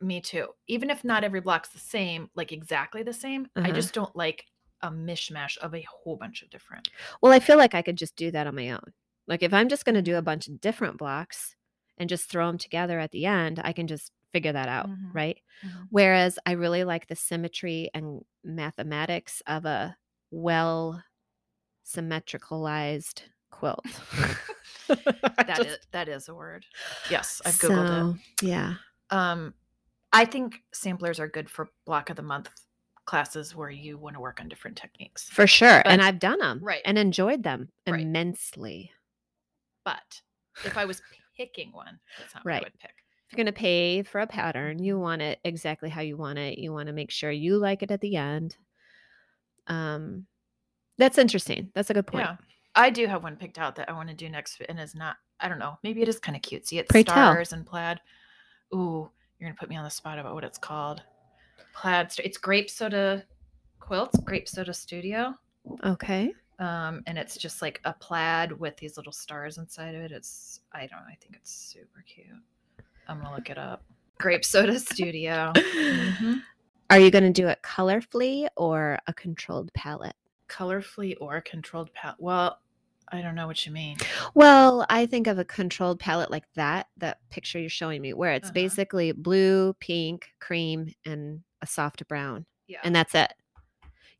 [SPEAKER 1] Me too. Even if not every block's the same, like exactly the same, I
[SPEAKER 2] Uh-huh.
[SPEAKER 1] just don't like a mishmash of a whole bunch of different.
[SPEAKER 2] Well, I feel like I could just do that on my own. Like if I'm just going to do a bunch of different blocks and just throw them together at the end, I can just figure that out,
[SPEAKER 1] Mhm.
[SPEAKER 2] right?
[SPEAKER 1] Mhm.
[SPEAKER 2] Whereas I really like the symmetry and mathematics of a well symmetricalized quilt.
[SPEAKER 1] That is that is a word. Yes, I've googled it.
[SPEAKER 2] it. Yeah.
[SPEAKER 1] Um, I think samplers are good for block of the month classes where you want to work on different techniques.
[SPEAKER 2] For sure.
[SPEAKER 1] But-
[SPEAKER 2] and I've done them.
[SPEAKER 1] right.
[SPEAKER 2] And enjoyed them
[SPEAKER 1] Right.
[SPEAKER 2] immensely.
[SPEAKER 1] But if I was picking one, that's not
[SPEAKER 2] Right.
[SPEAKER 1] what I would pick.
[SPEAKER 2] If you're going to pay for a pattern, you want it exactly how you want it. You want to make sure you like it at the end. Um that's interesting. That's a good point.
[SPEAKER 1] Yeah, I do have one picked out that I want to do next, and is not. I don't know. Maybe it is kind of cutesy. It's
[SPEAKER 2] Pray tell.
[SPEAKER 1] stars and plaid. Ooh, you're gonna put me on the spot about what it's called. Plaid. st- It's grape soda quilts. Grape soda studio.
[SPEAKER 2] Okay.
[SPEAKER 1] um and it's just like a plaid with these little stars inside of it it's i don't know i think it's super cute i'm gonna look it up grape soda studio Mhm.
[SPEAKER 2] Are you going to do it colorfully or a controlled palette?
[SPEAKER 1] colorfully or controlled palette well i don't know what you mean
[SPEAKER 2] Well, I think of a controlled palette like that, that picture you're showing me, where it's
[SPEAKER 1] Uh-huh.
[SPEAKER 2] basically blue, pink, cream, and a soft brown.
[SPEAKER 1] yeah
[SPEAKER 2] And that's it.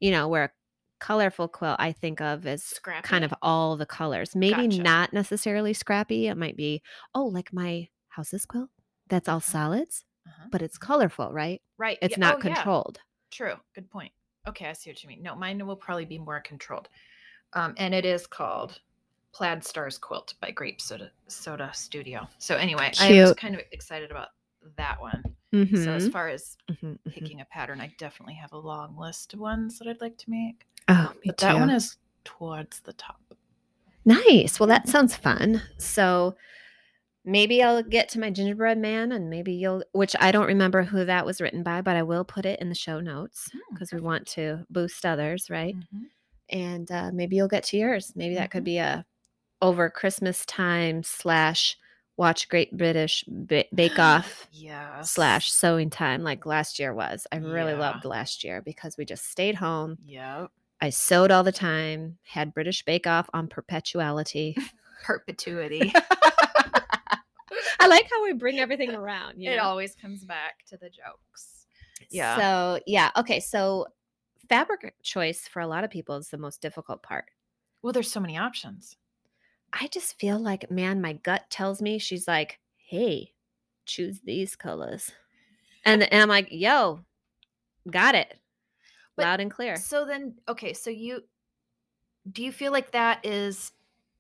[SPEAKER 2] You know, where a colorful quilt I think of as
[SPEAKER 1] scrappy
[SPEAKER 2] kind of all the colors. Maybe
[SPEAKER 1] Gotcha.
[SPEAKER 2] not necessarily scrappy. It might be, oh, like my house's quilt. That's all
[SPEAKER 1] Uh-huh.
[SPEAKER 2] solids,
[SPEAKER 1] Uh-huh.
[SPEAKER 2] but it's colorful, right?
[SPEAKER 1] right
[SPEAKER 2] It's
[SPEAKER 1] yeah,
[SPEAKER 2] not
[SPEAKER 1] oh, yeah,
[SPEAKER 2] controlled.
[SPEAKER 1] true good point okay i see what you mean no mine will probably be more controlled um and it is called plaid stars quilt by grape soda soda studio so anyway i was
[SPEAKER 2] Cute.
[SPEAKER 1] kind of excited about that one
[SPEAKER 2] Mhm,
[SPEAKER 1] so as far as
[SPEAKER 2] mhm, mhm.
[SPEAKER 1] picking a pattern. I definitely have a long list of ones that I'd like to make.
[SPEAKER 2] Oh, me
[SPEAKER 1] but that one
[SPEAKER 2] too.
[SPEAKER 1] is towards the top.
[SPEAKER 2] Nice. Well,
[SPEAKER 1] Mm-hmm.
[SPEAKER 2] that sounds fun. So maybe I'll get to my gingerbread man and maybe you'll, which I don't remember who that was written by, but I will put it in the show notes
[SPEAKER 1] Hmm,
[SPEAKER 2] because we want to boost others, right?
[SPEAKER 1] Mhm.
[SPEAKER 2] And uh, maybe you'll get to yours. Maybe that could
[SPEAKER 1] Mhm.
[SPEAKER 2] be a over Christmas time slash watch Great British ba- Bake Off
[SPEAKER 1] Yes.
[SPEAKER 2] slash sewing time like last year was. I really
[SPEAKER 1] Yeah.
[SPEAKER 2] loved last year because we just stayed home.
[SPEAKER 1] Yep.
[SPEAKER 2] I sewed all the time, had British Bake Off on perpetuality.
[SPEAKER 1] Perpetuity.
[SPEAKER 2] I like how we bring everything around. You
[SPEAKER 1] It
[SPEAKER 2] know?
[SPEAKER 1] always comes back to the jokes. Yeah.
[SPEAKER 2] So yeah. Okay. So fabric choice for a lot of people is the most difficult part.
[SPEAKER 1] Well, there's so many options.
[SPEAKER 2] I just feel like, man, my gut tells me she's like, hey, choose these colors, and and I'm like, yo, got it,
[SPEAKER 1] But-
[SPEAKER 2] loud and clear.
[SPEAKER 1] So then, okay, so you do you feel like that is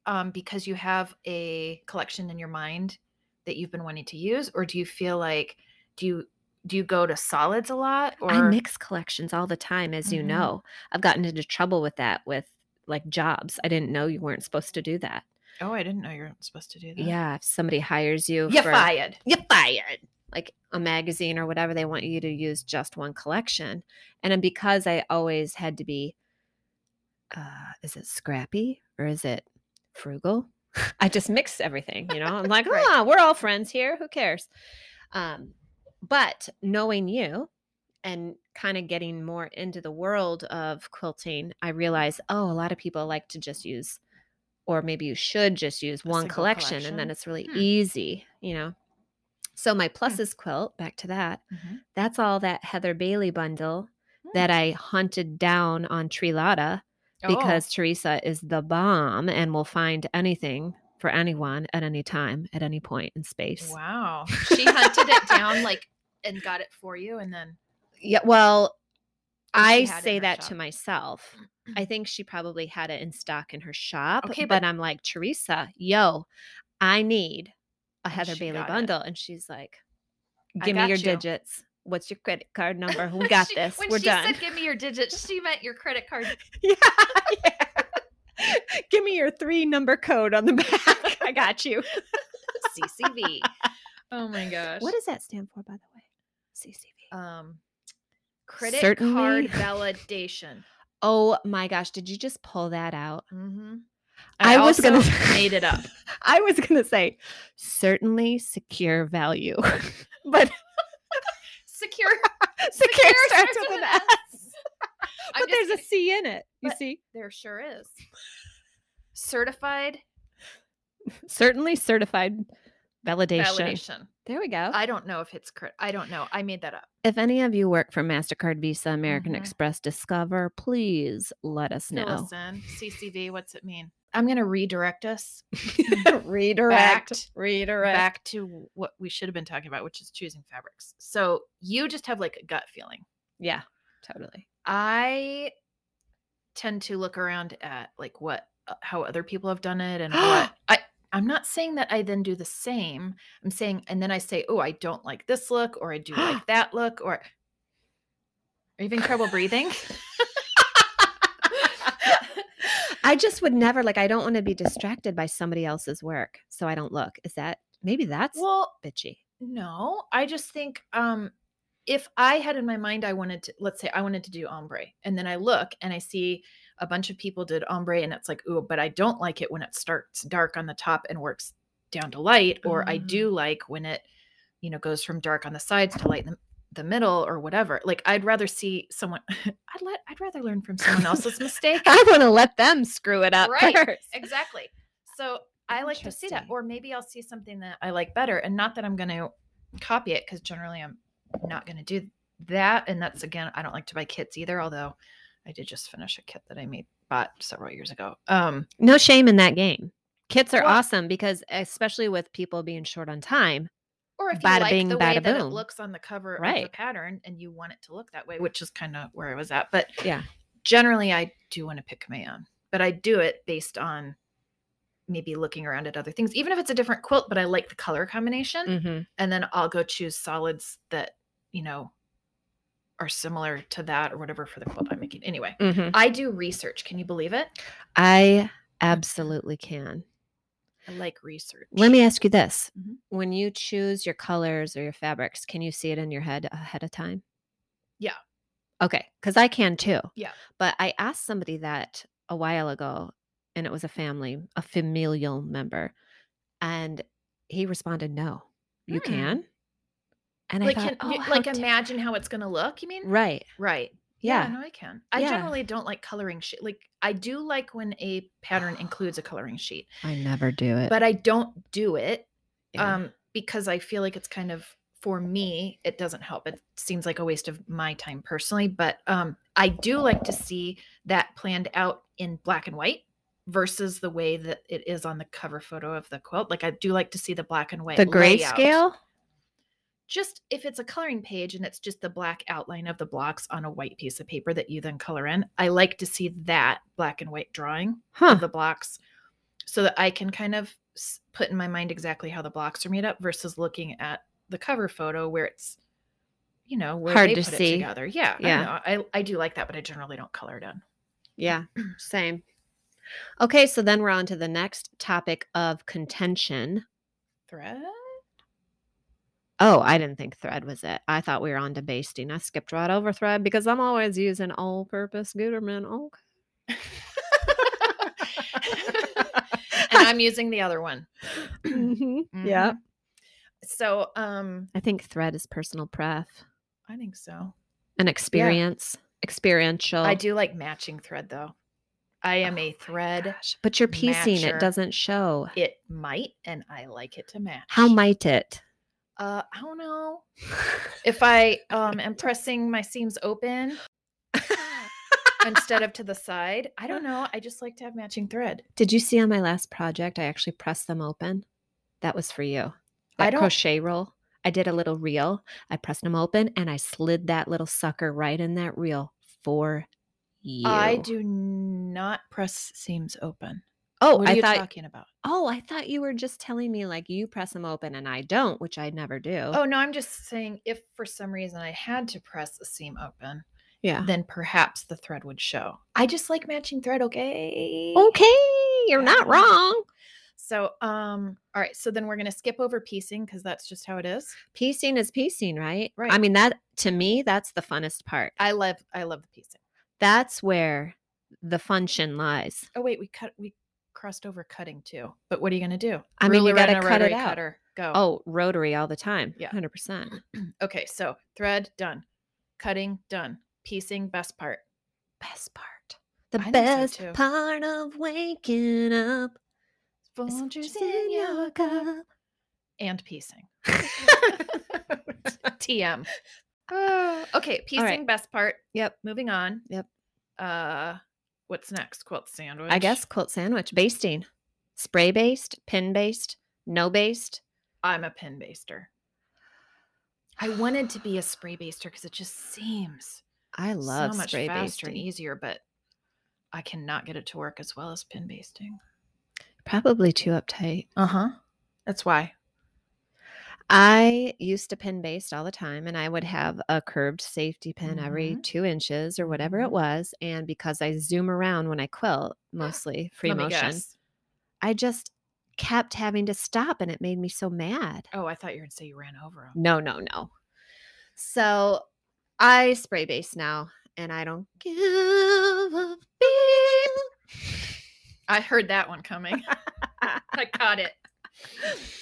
[SPEAKER 1] um, because you have a collection in your mind that you've been wanting to use, or do you feel like do you do you go to solids a lot? Or
[SPEAKER 2] I mix collections all the time, as you
[SPEAKER 1] Mhm.
[SPEAKER 2] know. I've gotten into trouble with that with like jobs. I didn't know you weren't supposed to do that.
[SPEAKER 1] oh, I didn't know you were supposed to do that.
[SPEAKER 2] Yeah, if somebody hires you,
[SPEAKER 1] You're
[SPEAKER 2] for-
[SPEAKER 1] fired.
[SPEAKER 2] you're fired. Like a magazine or whatever, they want you to use just one collection. And then because I always had to be, uh, is it scrappy or is it frugal? I just mix everything, you know? I'm like,
[SPEAKER 1] Right.
[SPEAKER 2] ah, we're all friends here. Who cares? Um, but knowing you and kind of getting more into the world of quilting, I realize, oh, a lot of people like to just use, or maybe you should just use
[SPEAKER 1] A
[SPEAKER 2] one
[SPEAKER 1] single
[SPEAKER 2] collection, and
[SPEAKER 1] collection?
[SPEAKER 2] then it's really
[SPEAKER 1] Hmm.
[SPEAKER 2] easy, you know? So my pluses quilt, back to that,
[SPEAKER 1] Hmm.
[SPEAKER 2] that's all that Heather Bailey bundle Mm-hmm. that I hunted down on Trilata
[SPEAKER 1] Oh,
[SPEAKER 2] because Teresa is the bomb and will find anything for anyone at any time, at any point in space.
[SPEAKER 1] wow, she hunted it down like and got it for you, and then
[SPEAKER 2] Yeah, well,
[SPEAKER 1] Or she
[SPEAKER 2] I
[SPEAKER 1] had it in
[SPEAKER 2] say
[SPEAKER 1] her
[SPEAKER 2] that to
[SPEAKER 1] shop.
[SPEAKER 2] myself. I think she probably had it in stock in her shop.
[SPEAKER 1] Okay,
[SPEAKER 2] but,
[SPEAKER 1] but-
[SPEAKER 2] I'm like, Teresa, yo, I need a Heather
[SPEAKER 1] she
[SPEAKER 2] Bailey
[SPEAKER 1] got it.
[SPEAKER 2] bundle. And she's like,
[SPEAKER 1] I
[SPEAKER 2] give me
[SPEAKER 1] got
[SPEAKER 2] your
[SPEAKER 1] you."
[SPEAKER 2] digits. What's your credit card number? We got
[SPEAKER 1] She-
[SPEAKER 2] this.
[SPEAKER 1] When
[SPEAKER 2] We're
[SPEAKER 1] she
[SPEAKER 2] done.
[SPEAKER 1] said, "Give me your digits," she meant your credit card.
[SPEAKER 2] yeah, yeah. Give me your three number code on the back. I got you.
[SPEAKER 1] CCV. oh my gosh.
[SPEAKER 2] What does that stand for, by the way? CCV.
[SPEAKER 1] um Credit
[SPEAKER 2] Certainly.
[SPEAKER 1] card validation.
[SPEAKER 2] Oh my gosh, did you just pull that out?
[SPEAKER 1] Mm-hmm.
[SPEAKER 2] I was gonna-
[SPEAKER 1] made it up.
[SPEAKER 2] I was going to say certainly secure value. but
[SPEAKER 1] Secure.
[SPEAKER 2] secure starts
[SPEAKER 1] starts
[SPEAKER 2] with
[SPEAKER 1] with
[SPEAKER 2] an
[SPEAKER 1] an
[SPEAKER 2] S.
[SPEAKER 1] I'm
[SPEAKER 2] But
[SPEAKER 1] just
[SPEAKER 2] there's a
[SPEAKER 1] kidding.
[SPEAKER 2] C in it. You
[SPEAKER 1] But-
[SPEAKER 2] see?
[SPEAKER 1] There sure is. Certified
[SPEAKER 2] Certainly certified validation. Oh.
[SPEAKER 1] validation.
[SPEAKER 2] There we go.
[SPEAKER 1] I don't know if it's crit. I don't know. I made that up.
[SPEAKER 2] if any of you work for MasterCard, Visa, American
[SPEAKER 1] Mhm.
[SPEAKER 2] Express, Discover, please let Mm-hmm. us
[SPEAKER 1] No.
[SPEAKER 2] know.
[SPEAKER 1] Listen, CCV, what's it mean? I'm going to redirect us
[SPEAKER 2] redirect.
[SPEAKER 1] Backed-
[SPEAKER 2] redirect.
[SPEAKER 1] back to what we should have been talking about, which is choosing fabrics. So you just have like a gut feeling.
[SPEAKER 2] Yeah, totally.
[SPEAKER 1] I tend to look around at like what uh, how other people have done it and what I I'm not saying that I then do the same. I'm saying and then I say, "Oh, I don't like this look or I do like that look or Are you having trouble breathing?"
[SPEAKER 2] I just would never like I don't want to be distracted by somebody else's work, so I don't look. Is that maybe that's
[SPEAKER 1] well,
[SPEAKER 2] bitchy.
[SPEAKER 1] No, I just think um if I had in my mind I wanted to let's say I wanted to do ombre and then I look and I see a bunch of people did ombre and it's like ooh but I don't like it when it starts dark on the top and works down to light or I
[SPEAKER 2] Mhm.
[SPEAKER 1] do like when it you know goes from dark on the sides to light in the, the middle or whatever. Like I'd rather see someone I'd let I'd rather learn from someone else's mistake.
[SPEAKER 2] I want to let them screw it up
[SPEAKER 1] Right.
[SPEAKER 2] first.
[SPEAKER 1] Exactly. So I like to see that.
[SPEAKER 2] Interesting.
[SPEAKER 1] Or maybe I'll see something that I like better. And not that I'm going to copy it because generally I'm not going to do that. And that's again, I don't like to buy kits either, although I did just finish a kit that I made bought several years ago. Um
[SPEAKER 2] No shame in that game. Kits are
[SPEAKER 1] Well-
[SPEAKER 2] awesome because especially with people being short on time.
[SPEAKER 1] or if you
[SPEAKER 2] Bada
[SPEAKER 1] like
[SPEAKER 2] bing,
[SPEAKER 1] the way
[SPEAKER 2] bada
[SPEAKER 1] that it
[SPEAKER 2] boom.
[SPEAKER 1] looks on the cover of the
[SPEAKER 2] Right.
[SPEAKER 1] pattern and you want it to look that way, which is kind of where I was at. But
[SPEAKER 2] Yeah.
[SPEAKER 1] generally I do want to pick my own, but I do it based on maybe looking around at other things, even if it's a different quilt, but I like the color combination. and then I'll go choose solids that you know are similar to that or whatever for the quilt I'm making. Anyway, I do research. Can you believe it? Mm-hmm.
[SPEAKER 2] I absolutely can.
[SPEAKER 1] I like research.
[SPEAKER 2] Let me ask you this.
[SPEAKER 1] Mhm.
[SPEAKER 2] When you choose your colors or your fabrics, can you see it in your head ahead of time?
[SPEAKER 1] Yeah.
[SPEAKER 2] Okay. Cause I can too.
[SPEAKER 1] Yeah.
[SPEAKER 2] But I asked somebody that a while ago, and it was a family, a familial member. And he responded, No, you
[SPEAKER 1] Hmm.
[SPEAKER 2] can. And
[SPEAKER 1] like
[SPEAKER 2] I thought,
[SPEAKER 1] can you-
[SPEAKER 2] "Oh, how
[SPEAKER 1] like
[SPEAKER 2] ta-
[SPEAKER 1] imagine how it's gonna look. You mean
[SPEAKER 2] Right.
[SPEAKER 1] right?
[SPEAKER 2] Yeah.
[SPEAKER 1] no, I can. I
[SPEAKER 2] Yeah.
[SPEAKER 1] generally don't like coloring sheet. Like I do like when a pattern includes a coloring sheet,
[SPEAKER 2] I never do it.
[SPEAKER 1] but I don't do it
[SPEAKER 2] Yeah.
[SPEAKER 1] um because I feel like it's kind of for me it doesn't help it seems like a waste of my time personally but um I do like to see that planned out in black and white versus the way that it is on the cover photo of the quilt like I do like to see the black and white
[SPEAKER 2] the
[SPEAKER 1] layout.
[SPEAKER 2] grayscale?
[SPEAKER 1] just if it's a coloring page and it's just the black outline of the blocks on a white piece of paper that you then color in I like to see that black and white drawing
[SPEAKER 2] Huh.
[SPEAKER 1] of the blocks so that I can kind of s- put in my mind exactly how the blocks are made up versus looking at the cover photo where it's you know where
[SPEAKER 2] Hard
[SPEAKER 1] they
[SPEAKER 2] to
[SPEAKER 1] put
[SPEAKER 2] see.
[SPEAKER 1] it together. Yeah, I
[SPEAKER 2] Yeah.
[SPEAKER 1] know. I, I do like that, but I generally don't color it in.
[SPEAKER 2] Yeah. Same. Okay. So then we're on to the next topic of contention.
[SPEAKER 1] Thread.
[SPEAKER 2] Oh, I didn't think thread was it. I thought we were on to basting. I skipped right over thread because I'm always using Oh, all purpose Guterman. Okay.
[SPEAKER 1] and I'm using the other one.
[SPEAKER 2] Yeah.
[SPEAKER 1] Mhm. So um
[SPEAKER 2] I think thread is personal pref
[SPEAKER 1] I think so.
[SPEAKER 2] and experience, experiential.
[SPEAKER 1] I do like matching thread though. I
[SPEAKER 2] Oh
[SPEAKER 1] am a thread.
[SPEAKER 2] Gosh, But you're piecing,
[SPEAKER 1] matcher.
[SPEAKER 2] it doesn't show.
[SPEAKER 1] It might and I like it to match.
[SPEAKER 2] How might it?
[SPEAKER 1] Uh I don't know. if I um, am pressing my seams open instead of to the side, I don't know. I just like to have matching thread.
[SPEAKER 2] Did you see on my last project? I actually pressed them open. That was for you.
[SPEAKER 1] I
[SPEAKER 2] That
[SPEAKER 1] don't-
[SPEAKER 2] crochet roll. I did a little reel. I pressed them open and I slid that little sucker right in that reel for you.
[SPEAKER 1] I do not press seams open.
[SPEAKER 2] Oh,
[SPEAKER 1] what are
[SPEAKER 2] I
[SPEAKER 1] you
[SPEAKER 2] thought.
[SPEAKER 1] talking about?
[SPEAKER 2] Oh, I thought you were just telling me like you press them open and I don't, which I never do.
[SPEAKER 1] Oh no, I'm just saying if for some reason I had to press a seam open,
[SPEAKER 2] yeah.
[SPEAKER 1] then perhaps the thread would show. I just like matching thread. Okay.
[SPEAKER 2] Okay, you're not
[SPEAKER 1] Yeah.
[SPEAKER 2] wrong.
[SPEAKER 1] So, um, all right. So then we're gonna skip over piecing because that's just how it is.
[SPEAKER 2] Piecing is piecing, right?
[SPEAKER 1] Right.
[SPEAKER 2] I mean, that to me, that's the funnest part.
[SPEAKER 1] I love I love the piecing.
[SPEAKER 2] That's where the function lies.
[SPEAKER 1] Oh wait, we cut we crossed over cutting too. But what are you gonna do?
[SPEAKER 2] I mean, you
[SPEAKER 1] Ruler and
[SPEAKER 2] gotta
[SPEAKER 1] a
[SPEAKER 2] cut it
[SPEAKER 1] rotary
[SPEAKER 2] out.
[SPEAKER 1] Cutter. Go.
[SPEAKER 2] Oh, rotary all the time.
[SPEAKER 1] Yeah.
[SPEAKER 2] 100%.
[SPEAKER 1] Okay. So thread done, cutting done, piecing best part.
[SPEAKER 2] Best part. The
[SPEAKER 1] I think so,
[SPEAKER 2] best
[SPEAKER 1] too.
[SPEAKER 2] part of waking up is
[SPEAKER 1] Folgers
[SPEAKER 2] what's in your cup.
[SPEAKER 1] and piecing. TM. okay, piecing best part.
[SPEAKER 2] Yep.
[SPEAKER 1] Moving on.
[SPEAKER 2] Ah. Yep.
[SPEAKER 1] Uh, what's next? Quilt sandwich.
[SPEAKER 2] I guess quilt sandwich basting, spray based, pin based, no based.
[SPEAKER 1] I'm a pin baster. I wanted to be a spray baster because it just seems
[SPEAKER 2] I love
[SPEAKER 1] so much
[SPEAKER 2] spray
[SPEAKER 1] faster and
[SPEAKER 2] basting.
[SPEAKER 1] easier, but I cannot get it to work as well as pin basting.
[SPEAKER 2] Probably too uptight.
[SPEAKER 1] Uh huh. That's why.
[SPEAKER 2] I used to pin baste all the time, and I would have a curved safety pin every
[SPEAKER 1] Mhm.
[SPEAKER 2] two inches or whatever
[SPEAKER 1] Mhm.
[SPEAKER 2] it was. And because I zoom around when I quilt, mostly free
[SPEAKER 1] Let me
[SPEAKER 2] motion,
[SPEAKER 1] guess.
[SPEAKER 2] I just kept having to stop, and it made me so mad.
[SPEAKER 1] Oh, I thought you were going to say you ran over them.
[SPEAKER 2] No, no, no. So I spray base now, and I don't give a beep.
[SPEAKER 1] I heard that one coming. I caught it.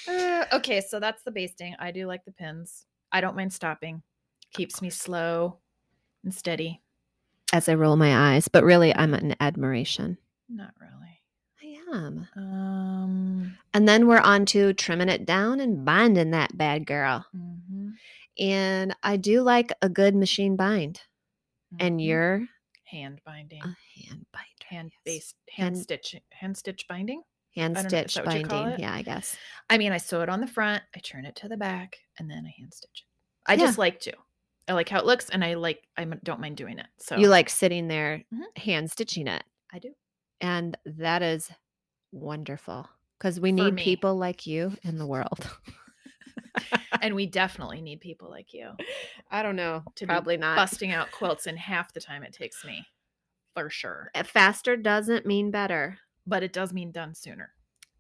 [SPEAKER 1] Uh, okay, so that's the basting. I do like the pins. I don't mind stopping. Keeps me slow and steady.
[SPEAKER 2] as I roll my eyes, but really I'm in admiration.
[SPEAKER 1] Not really.
[SPEAKER 2] I am.
[SPEAKER 1] Um.
[SPEAKER 2] And then we're on to trimming it down and binding that bad girl.
[SPEAKER 1] mhm,
[SPEAKER 2] And I do like a good machine bind. And
[SPEAKER 1] mhm.
[SPEAKER 2] you're
[SPEAKER 1] hand binding,
[SPEAKER 2] a hand binder.
[SPEAKER 1] hand
[SPEAKER 2] yes.
[SPEAKER 1] based, hand
[SPEAKER 2] hand-
[SPEAKER 1] stitching, hand stitch binding.
[SPEAKER 2] hand
[SPEAKER 1] I don't know, is
[SPEAKER 2] stitch
[SPEAKER 1] that what you call
[SPEAKER 2] binding.
[SPEAKER 1] it?
[SPEAKER 2] Yeah, I guess.
[SPEAKER 1] I mean, I sew it on the front, I turn it to the back, and then I hand stitch it. I
[SPEAKER 2] Yeah.
[SPEAKER 1] just like to. I like how it looks, and I like I m- don't mind doing it. So
[SPEAKER 2] You like sitting there
[SPEAKER 1] Mhm.
[SPEAKER 2] hand stitching it.
[SPEAKER 1] I do.
[SPEAKER 2] And that is wonderful because we
[SPEAKER 1] For
[SPEAKER 2] need
[SPEAKER 1] me.
[SPEAKER 2] people like you in the world.
[SPEAKER 1] and we definitely need people like you
[SPEAKER 2] I don't know.
[SPEAKER 1] To be
[SPEAKER 2] Probably not.
[SPEAKER 1] busting out quilts in half the time it takes me, for sure.
[SPEAKER 2] eh, Faster doesn't mean better.
[SPEAKER 1] But it does mean done sooner.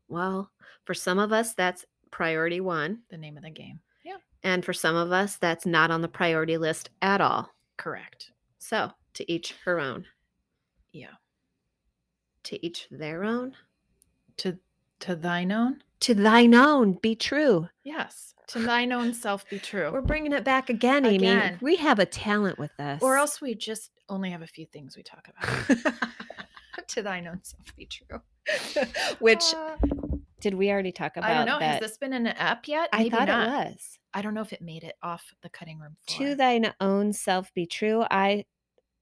[SPEAKER 2] Well, for some of us, that's priority one.
[SPEAKER 1] The name of the game.
[SPEAKER 2] And for some of us, that's not on the priority list at all.
[SPEAKER 1] Correct.
[SPEAKER 2] So to each her own,
[SPEAKER 1] Yeah.
[SPEAKER 2] to each their own,
[SPEAKER 1] To to thine own.
[SPEAKER 2] to thine own be true.
[SPEAKER 1] Yes. To thine own self be
[SPEAKER 2] We're
[SPEAKER 1] true.
[SPEAKER 2] bringing it back Oh. again, Amy.
[SPEAKER 1] Again.
[SPEAKER 2] We have a talent with this.
[SPEAKER 1] Or else we just only have a few things we talk about. to thine own self be true.
[SPEAKER 2] Which
[SPEAKER 1] Uh,
[SPEAKER 2] did we already talk about?
[SPEAKER 1] I don't know. Has
[SPEAKER 2] That?
[SPEAKER 1] this been in an app yet?
[SPEAKER 2] I thought
[SPEAKER 1] not.
[SPEAKER 2] it was.
[SPEAKER 1] I don't know if it made it off the cutting room floor.
[SPEAKER 2] To thine own self be true. I,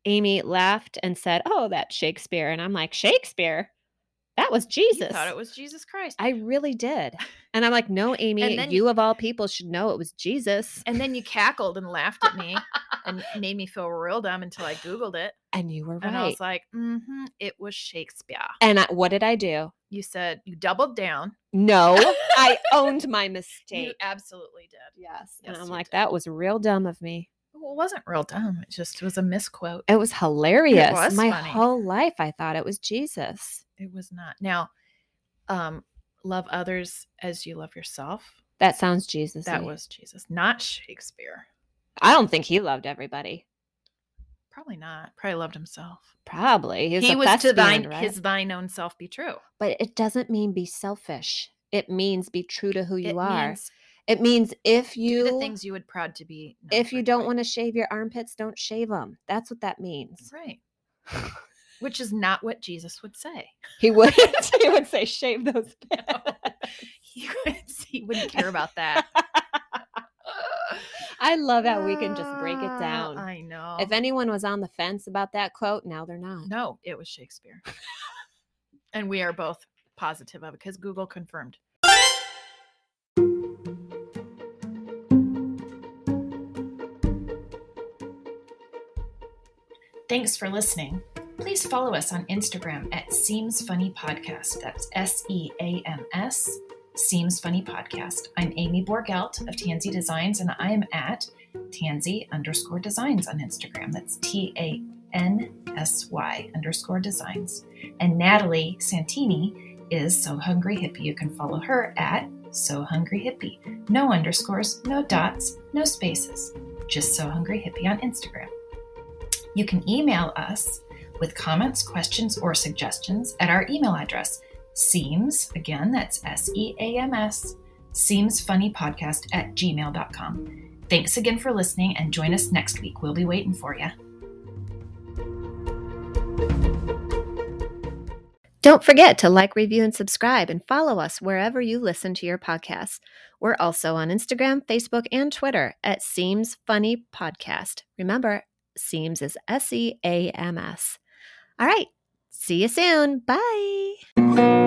[SPEAKER 2] Amy laughed and said, "Oh, that's Shakespeare," and I'm like, "Shakespeare? That was
[SPEAKER 1] You
[SPEAKER 2] Jesus."
[SPEAKER 1] thought it was Jesus Christ.
[SPEAKER 2] I really did. And I'm like, no, Amy,
[SPEAKER 1] then you-
[SPEAKER 2] you of all people should know it was Jesus.
[SPEAKER 1] and then you cackled and laughed at me and made me feel real dumb until I Googled it.
[SPEAKER 2] And you were right.
[SPEAKER 1] And I was like, mm-hmm, it was Shakespeare.
[SPEAKER 2] and I, what did I do?
[SPEAKER 1] You said you doubled down.
[SPEAKER 2] No, I owned my
[SPEAKER 1] You
[SPEAKER 2] mistake.
[SPEAKER 1] absolutely did.
[SPEAKER 2] yes. And
[SPEAKER 1] yes,
[SPEAKER 2] I'm
[SPEAKER 1] you
[SPEAKER 2] like,
[SPEAKER 1] did.
[SPEAKER 2] that was real dumb of me.
[SPEAKER 1] Well, it wasn't real dumb. It just was a misquote.
[SPEAKER 2] It was hilarious.
[SPEAKER 1] was
[SPEAKER 2] my
[SPEAKER 1] funny.
[SPEAKER 2] whole life, I thought it was Jesus.
[SPEAKER 1] It was not. Now, um, love others as you love yourself.
[SPEAKER 2] That sounds Jesus.
[SPEAKER 1] That was Jesus, not Shakespeare.
[SPEAKER 2] I don't think he loved everybody.
[SPEAKER 1] Probably not. Probably loved himself.
[SPEAKER 2] Probably. He was,
[SPEAKER 1] he
[SPEAKER 2] a
[SPEAKER 1] was to
[SPEAKER 2] thespian,
[SPEAKER 1] thine
[SPEAKER 2] right?
[SPEAKER 1] his thine own self be true.
[SPEAKER 2] But it doesn't mean be selfish. It means be true to who you
[SPEAKER 1] it
[SPEAKER 2] are.
[SPEAKER 1] means
[SPEAKER 2] it means if
[SPEAKER 1] do
[SPEAKER 2] you
[SPEAKER 1] the things you would proud to be. known
[SPEAKER 2] if
[SPEAKER 1] for
[SPEAKER 2] you don't
[SPEAKER 1] doing.
[SPEAKER 2] want to shave your armpits, don't shave them. That's what that means.
[SPEAKER 1] right. Which is not what Jesus would say.
[SPEAKER 2] He would he would say shave those
[SPEAKER 1] He, would, he wouldn't care about that.
[SPEAKER 2] I love how we can just break it
[SPEAKER 1] Ah,
[SPEAKER 2] down.
[SPEAKER 1] I know.
[SPEAKER 2] if anyone was on the fence about that quote, now they're not.
[SPEAKER 1] no, it was Shakespeare. and we are both positive of it because Google confirmed. Thanks for listening. Please follow us on Instagram at Seems Funny Podcast. That's S E A M S, Seems Funny Podcast. I'm Amy Borgelt of Tansy Designs, and I'm at Tansy underscore designs on Instagram. That's T A N S Y underscore designs. And Natalie Santini
[SPEAKER 3] is So Hungry Hippie. You can follow her at So Hungry Hippie. No underscores, no dots, no spaces. Just So Hungry Hippie on Instagram. You can email us with comments, questions, or suggestions at our email address, seems, again, that's S E A M S, seemsfunnypodcast at gmail.com. Thanks again for listening and join us next week. We'll be waiting for you.
[SPEAKER 2] Don't forget to like, review, and subscribe, and follow us wherever you listen to your podcasts. We're also on Instagram, Facebook, and Twitter at Seems Funny Podcast. Remember, Seems is S E A M S. All right, see you soon. Bye.